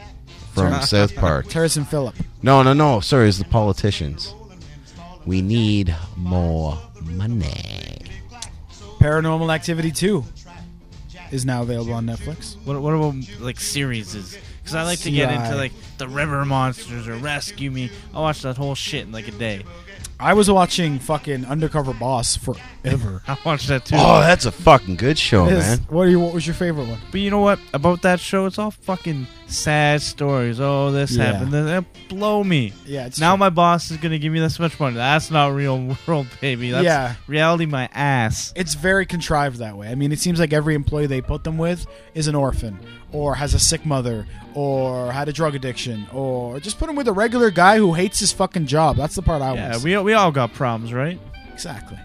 from South Park. Terrence and Phillip. No, no, no. Sorry, it's the politicians. We need more money. Paranormal Activity 2 is now available on Netflix. What, what about like series? Because I like to get CI. into like the River Monsters or Rescue Me. I watch that whole shit in like a day. I was watching fucking Undercover Boss forever. I watched that too. Oh, that's a fucking good show, Is- man. what, are you, what was your favorite one? But you know what about that show? It's all fucking sad stories. Oh, this Yeah. happened. Then that blow me. Yeah, it's now true. my boss is gonna give me this much money. That's not real world, baby. That's Yeah. reality. My ass. It's very contrived that way. I mean, it seems like every employee they put them with is an orphan, or has a sick mother, or had a drug addiction, or just put them with a regular guy who hates his fucking job. That's the part I Yeah, was. we we all got problems, right? exactly.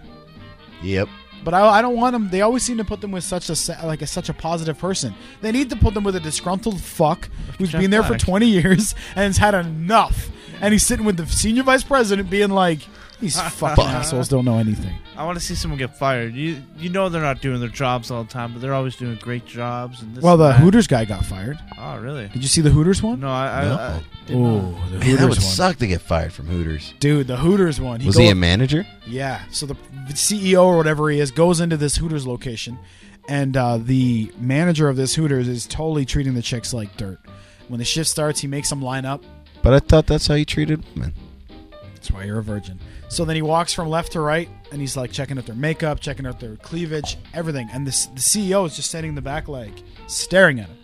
Yep. But I, I don't want them. They always seem to put them with such a sa- like a, such a positive person. They need to put them with a disgruntled fuck who's Jeff been there Black. for twenty years and has had enough, and he's sitting with the senior vice president, being like, "These fucking assholes don't know anything." I want to see someone get fired. You you know they're not doing their jobs all the time, but they're always doing great jobs. And this Well, and the that. Hooters guy got fired. Oh, really? Did you see the Hooters one? No, I. I, No. I Oh, the Man, Hooters that one, would suck to get fired from Hooters. dude. The Hooters one. was go he a up- manager? Yeah. So the the CEO or whatever he is goes into this Hooters location, and uh, the manager of this Hooters is totally treating the chicks like dirt. When the shift starts, he makes them line up. But I thought that's how you treated women. That's why you're a virgin. So then he walks from left to right, and he's like checking out their makeup, checking out their cleavage, everything. And this, the CEO is just standing in the back, like staring at him.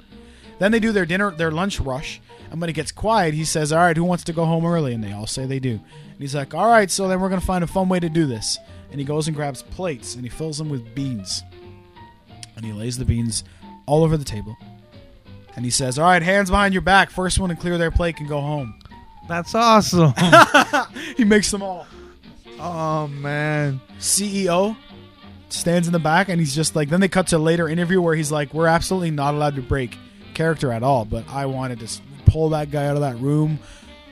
Then they do their dinner, their lunch rush, and when it gets quiet, he says, "All right, who wants to go home early?" And they all say they do. And he's like, "All right, so then we're gonna find a fun way to do this." And he goes and grabs plates and he fills them with beans, and he lays the beans all over the table. And he says, "All right, hands behind your back. First one to clear their plate can go home." that's awesome. He makes them all. oh man. CEO E stands in the back and he's just like then they cut to a later interview where he's like we're absolutely not allowed to break character at all but I wanted to s- pull that guy out of that room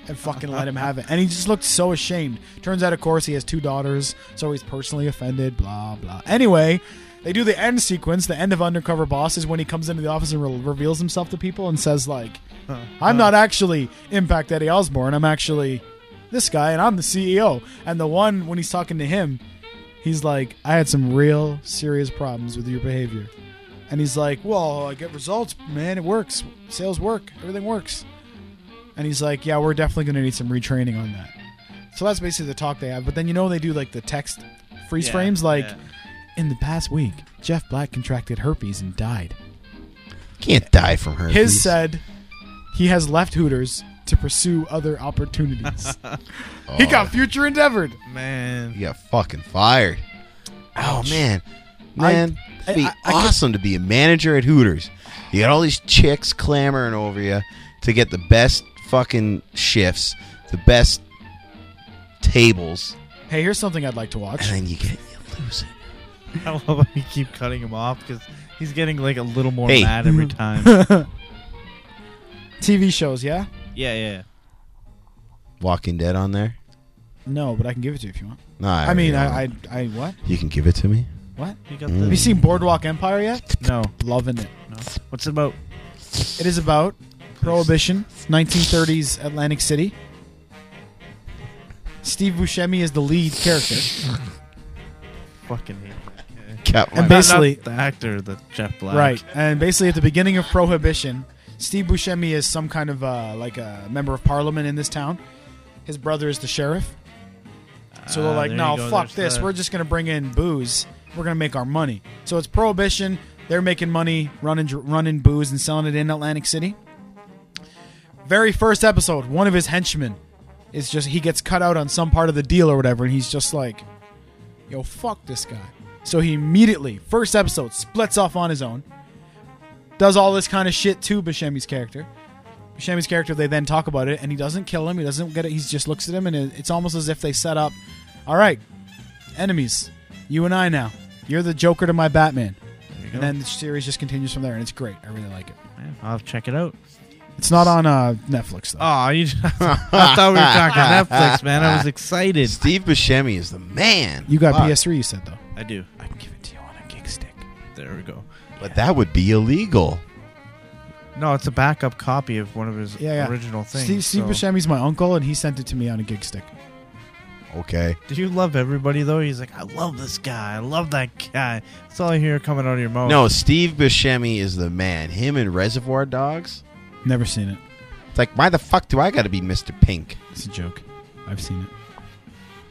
and fucking let him have it and he just looked so ashamed turns out of course he has two daughters so he's personally offended blah blah anyway they do the end sequence the end of undercover boss is when he comes into the office and re- reveals himself to people and says like I'm not actually impact Eddie Osborne I'm actually this guy and I'm the CEO and the one when he's talking to him he's like, I had some real serious problems with your behavior. And he's like, Well, I get results, man. It works. Sales work. Everything works. And he's like, Yeah, we're definitely going to need some retraining on that. So that's basically the talk they have. But then you know they do like the text freeze Yeah, frames like, yeah. In the past week, Jeff Black contracted herpes and died. Can't die from herpes. His said he has left Hooters to pursue other opportunities. he Oh. got future endeavored. Man. You got fucking fired. Oh man, I- man, that'd be I- I- I could- awesome to be a manager at Hooters. You got all these chicks clamoring over you to get the best fucking shifts, the best tables, Hey, here's something I'd like to watch. and then you get you lose it. I love how you keep cutting him off because he's getting like a little more Hey. mad every time. yeah, TV shows, yeah? yeah. Walking Dead on there. No, but I can give it to you if you want. No, I mean, I, already I, I, what? know. you can give it to me. What? He got Have you the, seen Boardwalk Empire yet? no. Loving it. What's it about? It is about Prohibition, 1930s Atlantic City. Steve Buscemi is the lead character. Fucking hate. Got And my- ba- Basically- Not- not the actor, the Jeff Black. Right. And basically, at the beginning of Prohibition, Steve Buscemi is some kind of uh, like a member of parliament in this town. His brother is the sheriff. So they're Ah, like, there no, you go, fuck there's this. the- We're just going to bring in booze. We're going to make our money. So it's Prohibition. They're making money running, dr- running booze and selling it in Atlantic City. Very first episode, one of his henchmen is just, he gets cut out on some part of the deal or whatever, and he's just like, yo, fuck this guy. So he immediately, first episode, splits off on his own, does all this kind of shit to Buscemi's character. Buscemi's character, they then talk about it, and he doesn't kill him. He doesn't get it. He just looks at him, and it- it's almost as if they set up, all right, enemies, you and I now. You're the Joker to my Batman. And then the series just continues from there, and it's great. I really like it. Yeah, I'll check it out. It's not on uh, Netflix, though. Oh, you I thought we were talking Netflix, man. I was excited. Steve Buscemi is the man. you got Fuck. PS3, you said, though. I do. I can give it to you on a gig stick. There we go. but that would be illegal. No, it's a backup copy of one of his Yeah, yeah. original things. Steve, Steve so- Buscemi's my uncle, and he sent it to me on a gig stick. Okay. Do you love everybody though? He's like, I love this guy. I love that guy. That's all I hear coming out of your Oh. mouth. No, Steve Buscemi is the man. Him and Reservoir Dogs. Never seen it. It's like, why the fuck do I got to be Mr. Pink? It's a joke. I've seen it.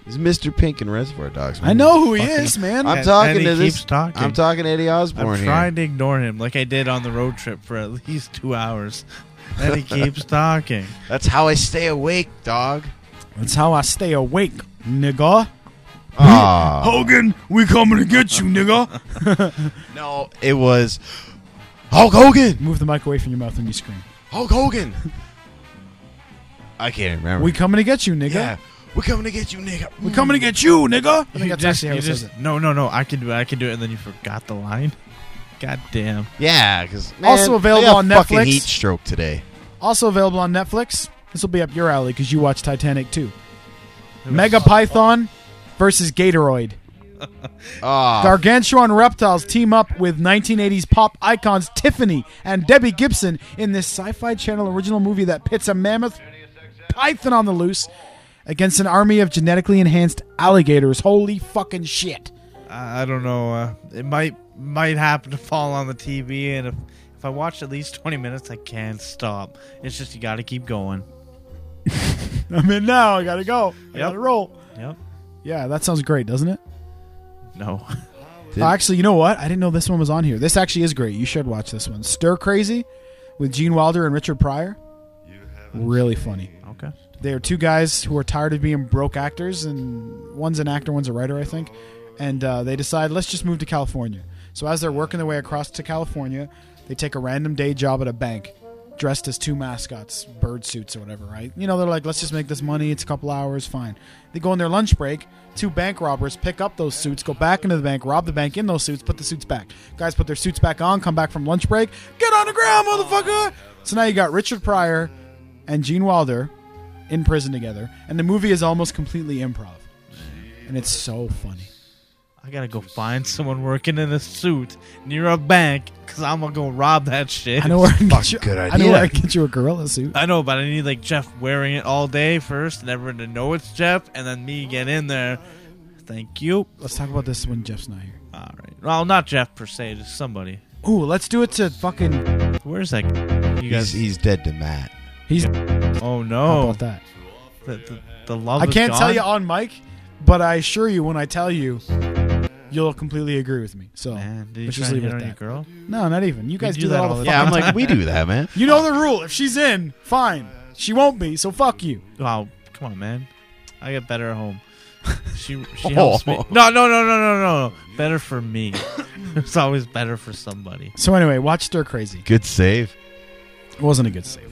He's Mr. Pink in Reservoir Dogs. I know who he Fucking- is, man. I'm And- talking and he to this. keeps talking. I'm talking to Eddie I'm Osborne here. trying to ignore him like I did on the road trip for at least two hours. And he keeps talking. That's how I stay awake, dog. That's how I stay awake, nigga. Ah, Hogan, we coming to get you, nigga. no, it was Hulk Hogan. Move the mic away from your mouth when you scream. Hulk Hogan. I can't remember. We coming to get you, nigga. yeah, we're coming to get you, nigga. We coming to get you, nigga. I think You that's just- actually how you he says just- it. No, no, no. I can do it. I can do it. And then you forgot the line. God damn. Yeah, because Also available on fucking Netflix. Heat stroke today. Also available on Netflix. This will be up your alley because you watched Titanic too. Mega Python versus Gatoroid. Ah, Gargantuan reptiles team up with 1980s pop icons Tiffany and Debbie Gibson in this Sci Fi Channel original movie that pits a mammoth python on the loose against an army of genetically enhanced alligators. Holy fucking shit. I, I don't know. Uh, it might might happen to fall on the TV. And if, if I watch at least 20 minutes, I can't stop. It's just you got to keep going. I'm in now. I gotta go. I gotta roll. Yep. Yeah, that sounds great, doesn't it? No. Oh, actually, you know what? I didn't know this one was on here. This actually is great. You should watch this one. Stir Crazy with Gene Wilder and Richard Pryor. Really funny. Okay. They are two guys who are tired of being broke actors, and one's an actor, one's a writer, I think. And uh, they decide, let's just move to California. So as they're working their way across to California, they take a random day job at a bank, dressed as two mascots, bird suits or whatever, right? You know, they're like, let's just make this money. It's a couple hours, fine. They go on their lunch break. Two bank robbers pick up those suits, go back into the bank, rob the bank in those suits, put the suits back. Guys put their suits back on, come back from lunch break, get on the ground, motherfucker! So now you got Richard Pryor and Gene Wilder in prison together, and the movie is almost completely improv, and it's so funny. I gotta go find someone working in a suit near a bank because I'm gonna go rob that shit. I know where I can get you. good I know idea. where I can get you a gorilla suit. I know, but I need like Jeff wearing it all day first, and everyone to know it's Jeff, and then me get in there. Thank you. Let's talk about this when Jeff's not here. All right. Well, not Jeff per se, just somebody. Ooh, let's do it to fucking. Where's that? You he's, guys. he's dead to Matt. He's oh how no. about that. The, the, the love. I is can't tell gone? you on mic, but I assure you, when I tell you, you'll completely agree with me. So Man, did you let's try just and leave hit on it at your that. girl? No, not even. You guys do do, that that all, all the the fucking Yeah, I'm like, we do that, man. You know the rule. If she's in, fine. She won't be. So fuck you. Wow. Come on, man. I get better at home. She she Oh. helps me. No, no, no, no, no, no. no. Better for me. it's always better for somebody. So anyway, watch Stir Crazy. Good save. It wasn't a good save.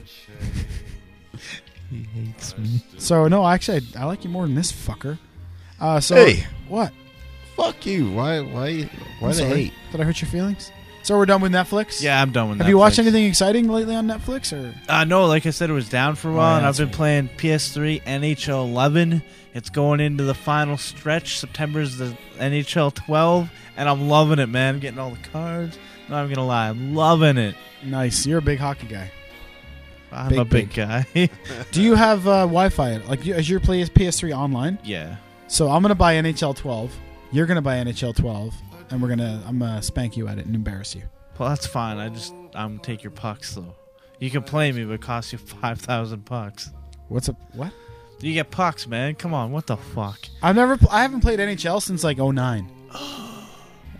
He hates me. So no, actually, I, I like you more than this fucker. Uh, so Hey. what? Fuck you. Why? Why? Why I'm the sorry. hate? Did I hurt your feelings? So we're done with Netflix. Yeah, I'm done with Have you watched Netflix. anything exciting lately on Netflix? Or Uh, no, like I said, it was down for a while, yeah, and I've that's been right. playing PS3 NHL 11. It's going into the final stretch. September's the NHL 12, and I'm loving it, man. I'm getting all the cards. No, I'm gonna lie, I'm loving it. nice, you're a big hockey guy. I'm Big, a big, big. guy. Do you have uh, Wi-Fi? Like, you, is your play PS3 online? yeah. So I'm gonna buy NHL 12. You're gonna buy NHL 12, and we're gonna I'm gonna spank you at it and embarrass you. Well, that's fine. I just I'm gonna take your pucks though. You can play me, but it costs you five thousand pucks. What's up? What? You get pucks, man. Come on, what the fuck? I've never pl- I haven't played NHL since like 09.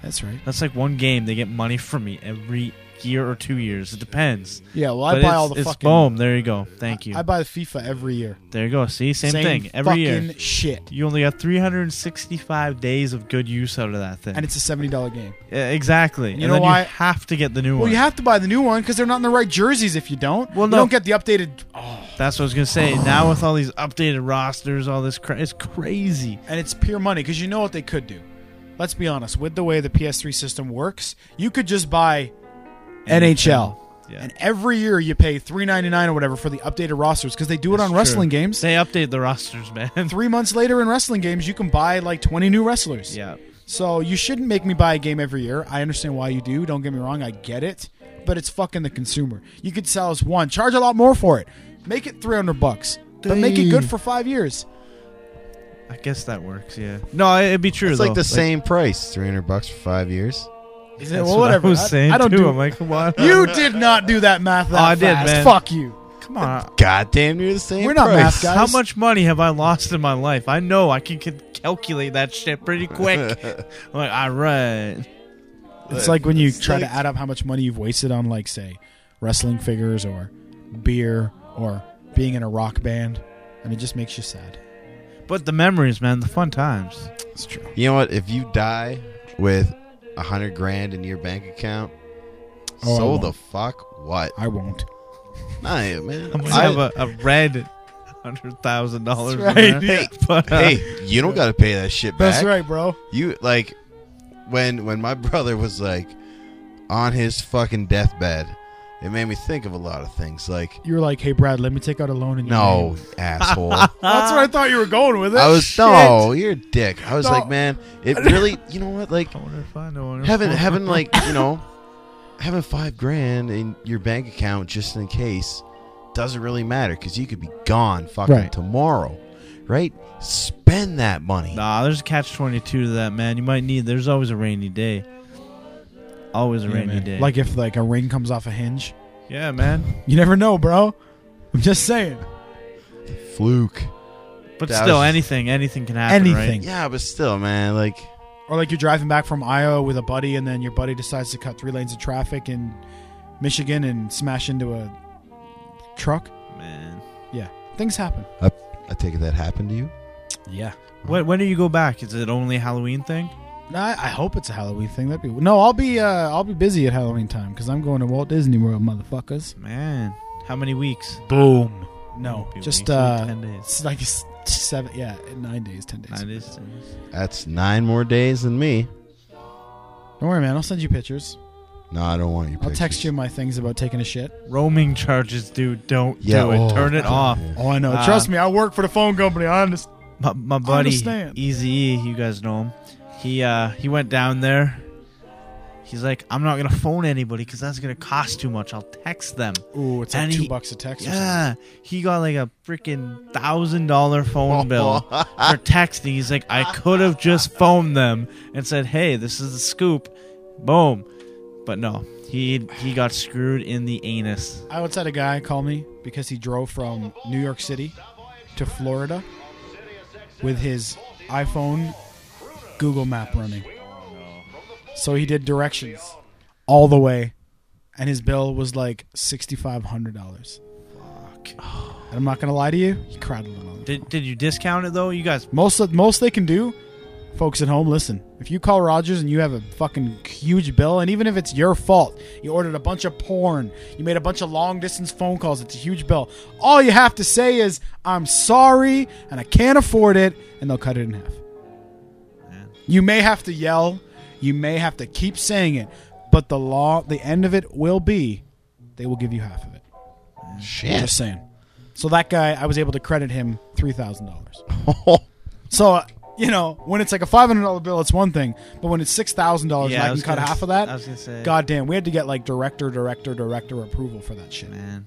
That's right. That's like one game. They get money from me every year or two years. It depends. Yeah. Well, But I buy it's- all the it's fucking. boom. There you go. Thank you. I buy FIFA every year. There you go. See, same, thing every fucking year. Shit. You only got 365 days of good use out of that thing. And it's a seventy dollar game. Yeah, exactly. and know then why? You have to get the new Well, one. you have to buy the new one because they're not in the right jerseys. If you don't, Well, you no. don't get the updated, oh, That's what I was gonna say. now with all these updated rosters, all this cra- it's crazy. and it's pure money because you know what they could do. Let's be honest. With the way the PS3 system works, you could just buy NHL, Yeah. and every year you pay three ninety nine or whatever for the updated rosters because they do it on wrestling games. They update the rosters, man. Three months later in wrestling games, you can buy like twenty new wrestlers. yeah. So you shouldn't make me buy a game every year. I understand why you do. Don't get me wrong. I get it, but it's fucking the consumer. You could sell us one, charge a lot more for it, make it three hundred bucks, but make it good for five years. I guess that works. Yeah. No, it'd be true. It's like though. the same price, three hundred bucks for five years. That's well, what whatever. I was I- saying I don't too. do- I'm like, what? You did not do that math. That Oh, I did, fast. man. Fuck you. Come on. Goddamn near the same. We're not math price. guys. How much money have I lost in my life? I know I can, can calculate that shit pretty quick. I'm like, all right. It's like when you try like- to add up how much money you've wasted on, like, say, wrestling figures or beer or being in a rock band, and it just makes you sad. But the memories, man, the fun times. It's true. You know what? If you die with a hundred grand in your bank account, Oh, I so won't. the fuck what? I won't. Nah, man. I'm gonna I- have a, a red hundred thousand dollars. That's in right. there. But, uh, hey, you don't got to pay that shit back. That's right, bro. You like when when my brother was like on his fucking deathbed, it made me think of a lot of things. Like, You were like, hey, Brad, let me take out a loan in your no, name." asshole. I That's where I thought you were going with it. was Shit. no, you're a dick. I was No. like, man, it really. You know what? Like, I wonder if I know. having having like you know having five grand in your bank account just in case doesn't really matter because you could be gone fucking Right. tomorrow right spend that money Nah, there's a catch twenty two to that, man. You might need. There's always a rainy day. Always a Yeah, rainy man. day. Like if like a ring comes off a hinge. yeah, man. You never know, bro. I'm just saying. fluke But That still, was- anything, anything can happen. right? Anything. yeah but still man like Or like you're driving back from Iowa with a buddy, and then your buddy decides to cut three lanes of traffic in Michigan and smash into a truck. man. Yeah, things happen. I, I take it that happened to you Yeah. When, when do you go back? Is it only Halloween thing? No, I, I hope it's a Halloween thing. That'd be no. I'll be uh, I'll be busy at Halloween time because I'm going to Walt Disney World, motherfuckers. Man, how many weeks? Boom. No, It'll be just weeks, uh, ten days. it's like s- seven. Yeah, nine days, ten days. Nine days, ten days. that's nine more days than me Don't worry, man. I'll send you pictures. no i don't want your I'll pictures. text you my things about taking a shit. Roaming charges, dude. Don't Yeah, do it. oh, Turn it God. off. Oh, I know. Uh, Trust me, I work for the phone company. I understand. My, my buddy understand. Easy, you guys know him. He uh he went down there. He's like, I'm not gonna phone anybody because that's gonna cost too much. I'll text them. Ooh, it's like And two he- bucks a text. Or something. Yeah, he got like a freaking thousand dollar phone bill for texting. He's like, I could have just phoned them and said, "Hey, this is the scoop," boom. But no, he he got screwed in the anus. I once had a guy call me because he drove from New York City to Florida with his iPhone Google Map running. So he did directions all the way, and his bill was like sixty five hundred dollars. And I'm not gonna lie to you, he cried a little. Did did you discount it though? You guys, Most of, most they can do, folks at home, listen. If you call Rogers and you have a fucking huge bill, and even if it's your fault, you ordered a bunch of porn, you made a bunch of long distance phone calls, it's a huge bill. All you have to say is, "I'm sorry, and I can't afford it," and they'll cut it in half. You may have to yell, you may have to keep saying it, but the law, the end of it will be, they will give you half of it. shit Just saying. So that guy, I was able to credit him three thousand dollars. So uh, you know, when it's like a five hundred dollar bill, it's one thing, but when it's six thousand dollars, Yeah, and I I can was cut gonna- half of that. I was gonna say- goddamn, we had to get like director, director, director approval for that shit. man,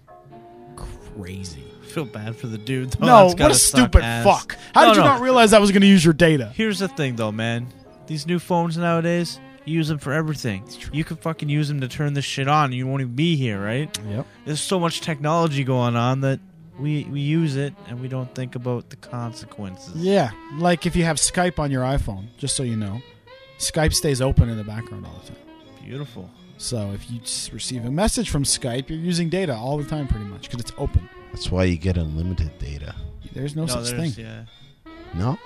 Crazy. feel bad for the dude. Though. no, Oh, That's what gotta a suck stupid ass. fuck. How No, did you no. not realize I was going to use your data? Here's the thing, though, man. These new phones nowadays, you use them for everything. You can fucking use them to turn this shit on. You won't even be here, right? Yep. There's so much technology going on that we we use it and we don't think about the consequences. Yeah, like if you have Skype on your iPhone, just so you know, Skype stays open in the background all the time. Beautiful. So if you just receive a message from Skype, you're using data all the time, pretty much, because it's open. that's why you get unlimited data There's no, such thing. there's- Yeah. no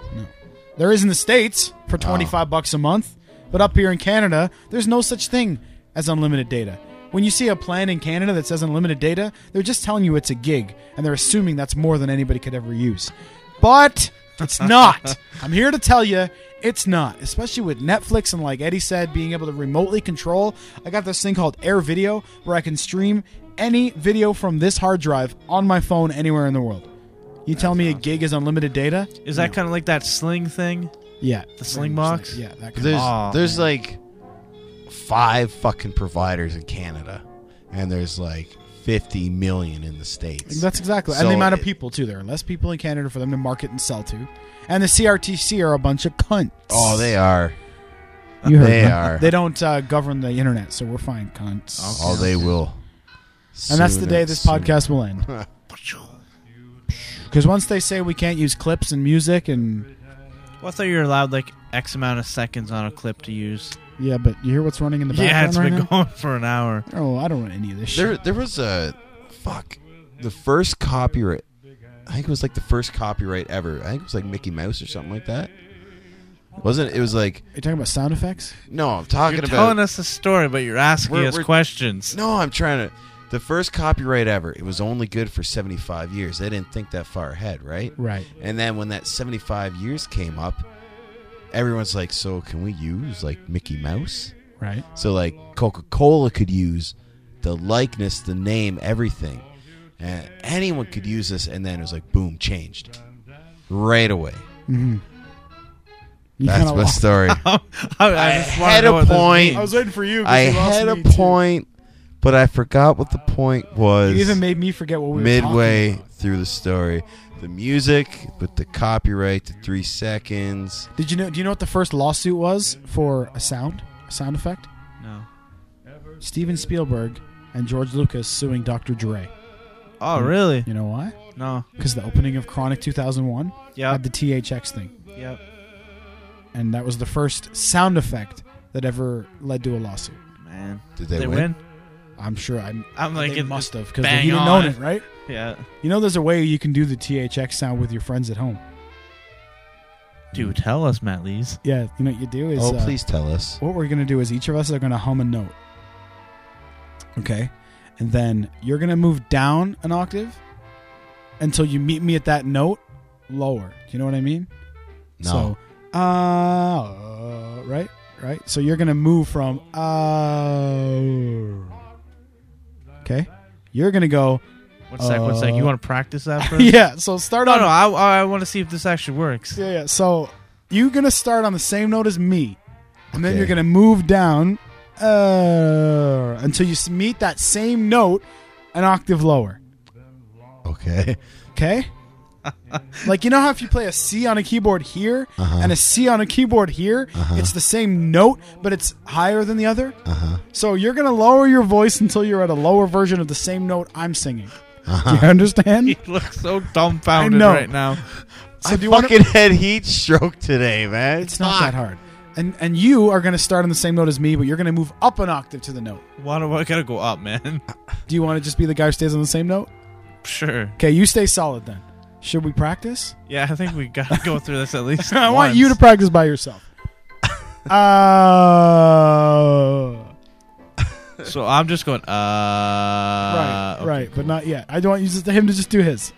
There is in the States for 25 bucks a month, but up here in Canada, there's no such thing as unlimited data. When you see a plan in Canada that says unlimited data, they're just telling you it's a gig, and they're assuming that's more than anybody could ever use. But it's not. I'm here to tell you, it's not. Especially with Netflix and, like Eddie said, being able to remotely control. I got this thing called Air Video where I can stream any video from this hard drive on my phone anywhere in the world. You tell me a gig is unlimited data? Is that kind of like that sling thing? Yeah, The sling Very much box? like- yeah, But that kind of, there's Aw, there's like five fucking providers in Canada, and there's like fifty million in the states. that's exactly. So and the amount of it- people too. There are less people in Canada for them to market and sell to, and the CRTC are a bunch of cunts. oh, they are. you they them. are. They don't uh, govern the internet, so we're fine, cunts. Oh, they will. and that's the day this podcast will end. Because once they say we can't use clips and music and Well, I thought you were allowed like X amount of seconds on a clip to use. yeah, but you hear what's running in the background Yeah, it's right been now? going for an hour. Oh, I don't want any of this shit. There, there was a fuck. The first copyright. I think it was like the first copyright ever. I think it was like Mickey Mouse or something like that. Wasn't it? It was like Are you talking about sound effects? no. I'm talking You're about telling us a story, but you're asking We're- us we're- questions. no. I'm trying to. The first copyright ever. It was only good for 75 years. They didn't think that far ahead, right? Right. And then when that 75 years came up, everyone's like, "So can we use like Mickey Mouse?" Right. So like Coca Cola could use the likeness, the name, everything. And anyone could use this, and then it was like boom, changed right away. Mm-hmm. You That's kinda my lost- story. I, I just wanna had a know what this point. means. I was waiting for you. 'cause I you lost had a me, too. point, but I forgot what the point was. You even made me forget what we were midway talking about. through the story, the music with the copyright, the three seconds. Did you know? Do you know what the first lawsuit was for a sound, a sound effect? No. Steven Spielberg and George Lucas suing Dr. Dre. Oh, really? You know why? No. Because the opening of Chronic 2001 Yep. had the THX thing. Yep. and that was the first sound effect that ever led to a lawsuit. Man. Did They, they, win? I'm sure I'm, I'm like, they it must have because bang he didn't on. own it, right? Yeah. You know, there's a way you can do the THX sound with your friends at home. Dude, tell us, Matt Lees. Yeah, you know what you do is Oh, uh, please tell us. what we're gonna do is each of us are gonna hum a note. Okay, and then you're gonna move down an octave until you meet me at that note lower. Do you know what I mean? No. So, uh, right, right. So you're gonna move from uh, okay. You're gonna go, One sec, one sec. You Uh, want to practice that first? yeah. So start No, on, no. I, I want to see if this actually works. yeah, yeah. So you're gonna start on the same note as me, and then Okay. you're gonna move down uh, until you s- meet that same note an octave lower. Okay. Okay. like you know how if you play a C on a keyboard here Uh-huh. and a C on a keyboard here, it's the same note but it's higher than the other. Uh-huh. So you're gonna lower your voice until you're at a lower version of the same note I'm singing. Uh-huh. Do you understand? He looks so dumbfounded I know. right now. So I do you wanna- fucking had heat stroke today, man. it's not that hard. And and you are gonna start on the same note as me, but you're gonna move up an octave to the note. Why do I gotta go up, man? Do you want to just be the guy who stays on the same note? Sure. Okay, you stay solid then. Should we practice? Yeah, I think we gotta go through this at least. I want you to once. practice by yourself. Uh, So I'm just going. Uh. right, Right. right, but not yet. I don't want you just, him to just do his.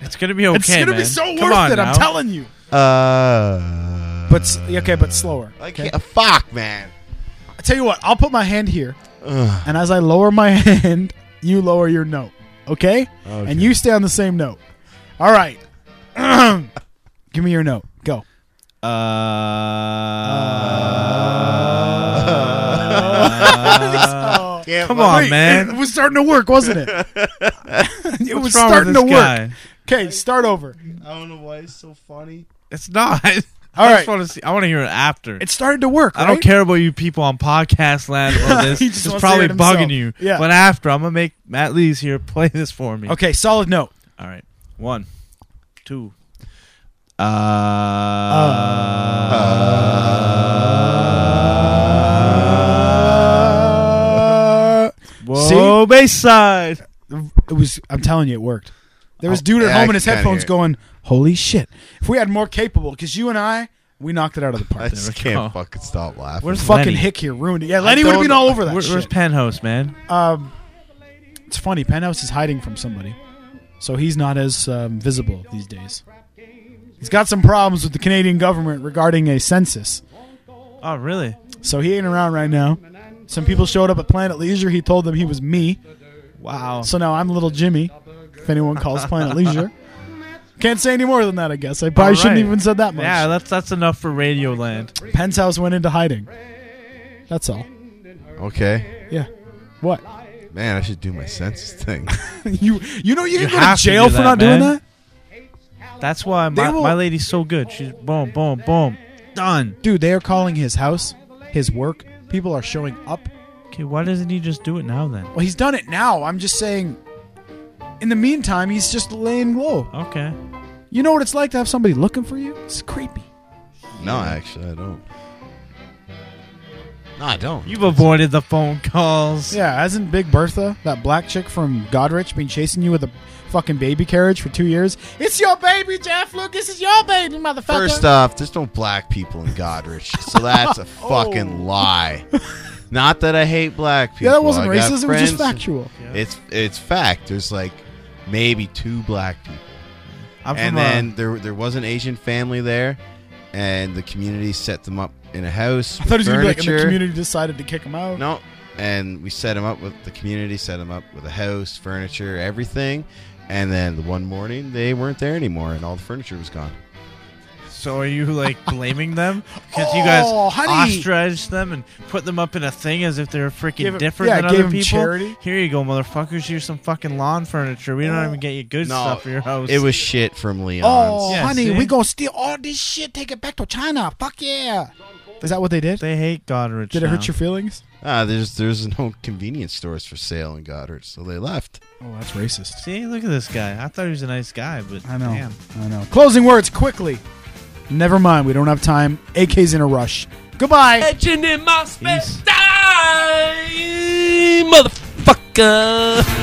It's gonna be okay. it's gonna man. be so Come worth on it. now. I'm telling you. Uh, But s- okay, but slower. I okay? can't. Fuck, man. I tell you what. I'll put my hand here, and as I lower my hand, you lower your note. Okay? Okay. And you stay on the same note. All right. Give me your note. Go. Uh. Oh, Can't Uh, Come fuck- on, wait, man. it was starting to work, wasn't it? it was What's wrong starting with this to work. guy? Okay, start over. I don't know why it's so funny. It's not. I All just right. want to see. I want to hear it after. It started to work. I don't right? care about you people on podcast land or this. He just it's wants to hear probably it himself. bugging you. Yeah. But after, I'm gonna make Matt Lees here play this for me. Okay, solid note. All right. One, two. Uh, whoa, Bayside. It was. I'm telling you, it worked. There was Oh, dude at yeah, I home in his can kinda headphones hear it. going, "Holy shit!" If we had more capable, because you and I, we knocked it out of the I park. just we can't go. fucking stop laughing. Where's Fucking Lenny? Hick here ruined it. Yeah, Lenny would have been all over that Where- shit. Where's Penthouse, man? um, it's funny. Penthouse is hiding from somebody, so he's not as um, visible these days. He's got some problems with the Canadian government regarding a census, Oh, really? so he ain't around right now. Some people showed up at Planet Leisure. He told them he was me. Wow. So now I'm little Jimmy, if anyone calls Planet Leisure. Can't say any more than that, I guess. I probably All shouldn't right. even said that much. Yeah, that's that's enough for Radio Land. Penn's house went into hiding. That's all. Okay, Yeah. What? man, I should do my census thing. you you know you, You can go to have to jail do for that, not doing man. that? That's why They my, will- my lady's so good. She's boom, boom, boom. Done. Dude, they are calling his house, his work. People are showing up. Okay, why doesn't he just do it now then? Well, he's done it now. I'm just saying In the meantime, he's just laying low. Okay. You know what it's like to have somebody looking for you? It's creepy. No, actually, I don't. No, I don't. You've avoided the phone calls. Yeah, hasn't Big Bertha, that black chick from Godrich, been chasing you with a fucking baby carriage for two years? It's your baby, Jeff Lucas. It's your baby, motherfucker. First uh, off, there's no black people in Godrich, so that's a Oh. fucking lie. Not that I hate black people. yeah, that wasn't I got racist. It was just friends- factual. It's it's fact. There's like maybe two black people, I'm from and uh, a- then there there was an Asian family there, and the community set them up in a house. I thought with he was going to be like, and the furniture. community decided to kick him out. No. And we set him up with the community, set him up with a house, furniture, everything. And then the one morning they weren't there anymore, and all the furniture was gone. so are you like blaming them because you guys Oh, honey. ostracized them and put them up in a thing as if they're freaking Give 'em- different yeah, than give other 'em people? charity. Here you go, motherfuckers. Here's some fucking lawn furniture. We don't even get you good stuff for your house. it was shit from Leon. Oh, Yeah, honey, see? we gonna steal all this shit, take it back to China. Fuck yeah! Is that what they did? They hate Godrich. did it now. hurt your feelings? Ah, there's there's no convenience stores for sale in Goddard, so they left. Oh, that's racist. See, look at this guy. I thought he was a nice guy, but I know. damn. I know. Closing words quickly. Never mind, we don't have time. AK's in a rush. Goodbye. Etching in my spare Peace. time, motherfucker.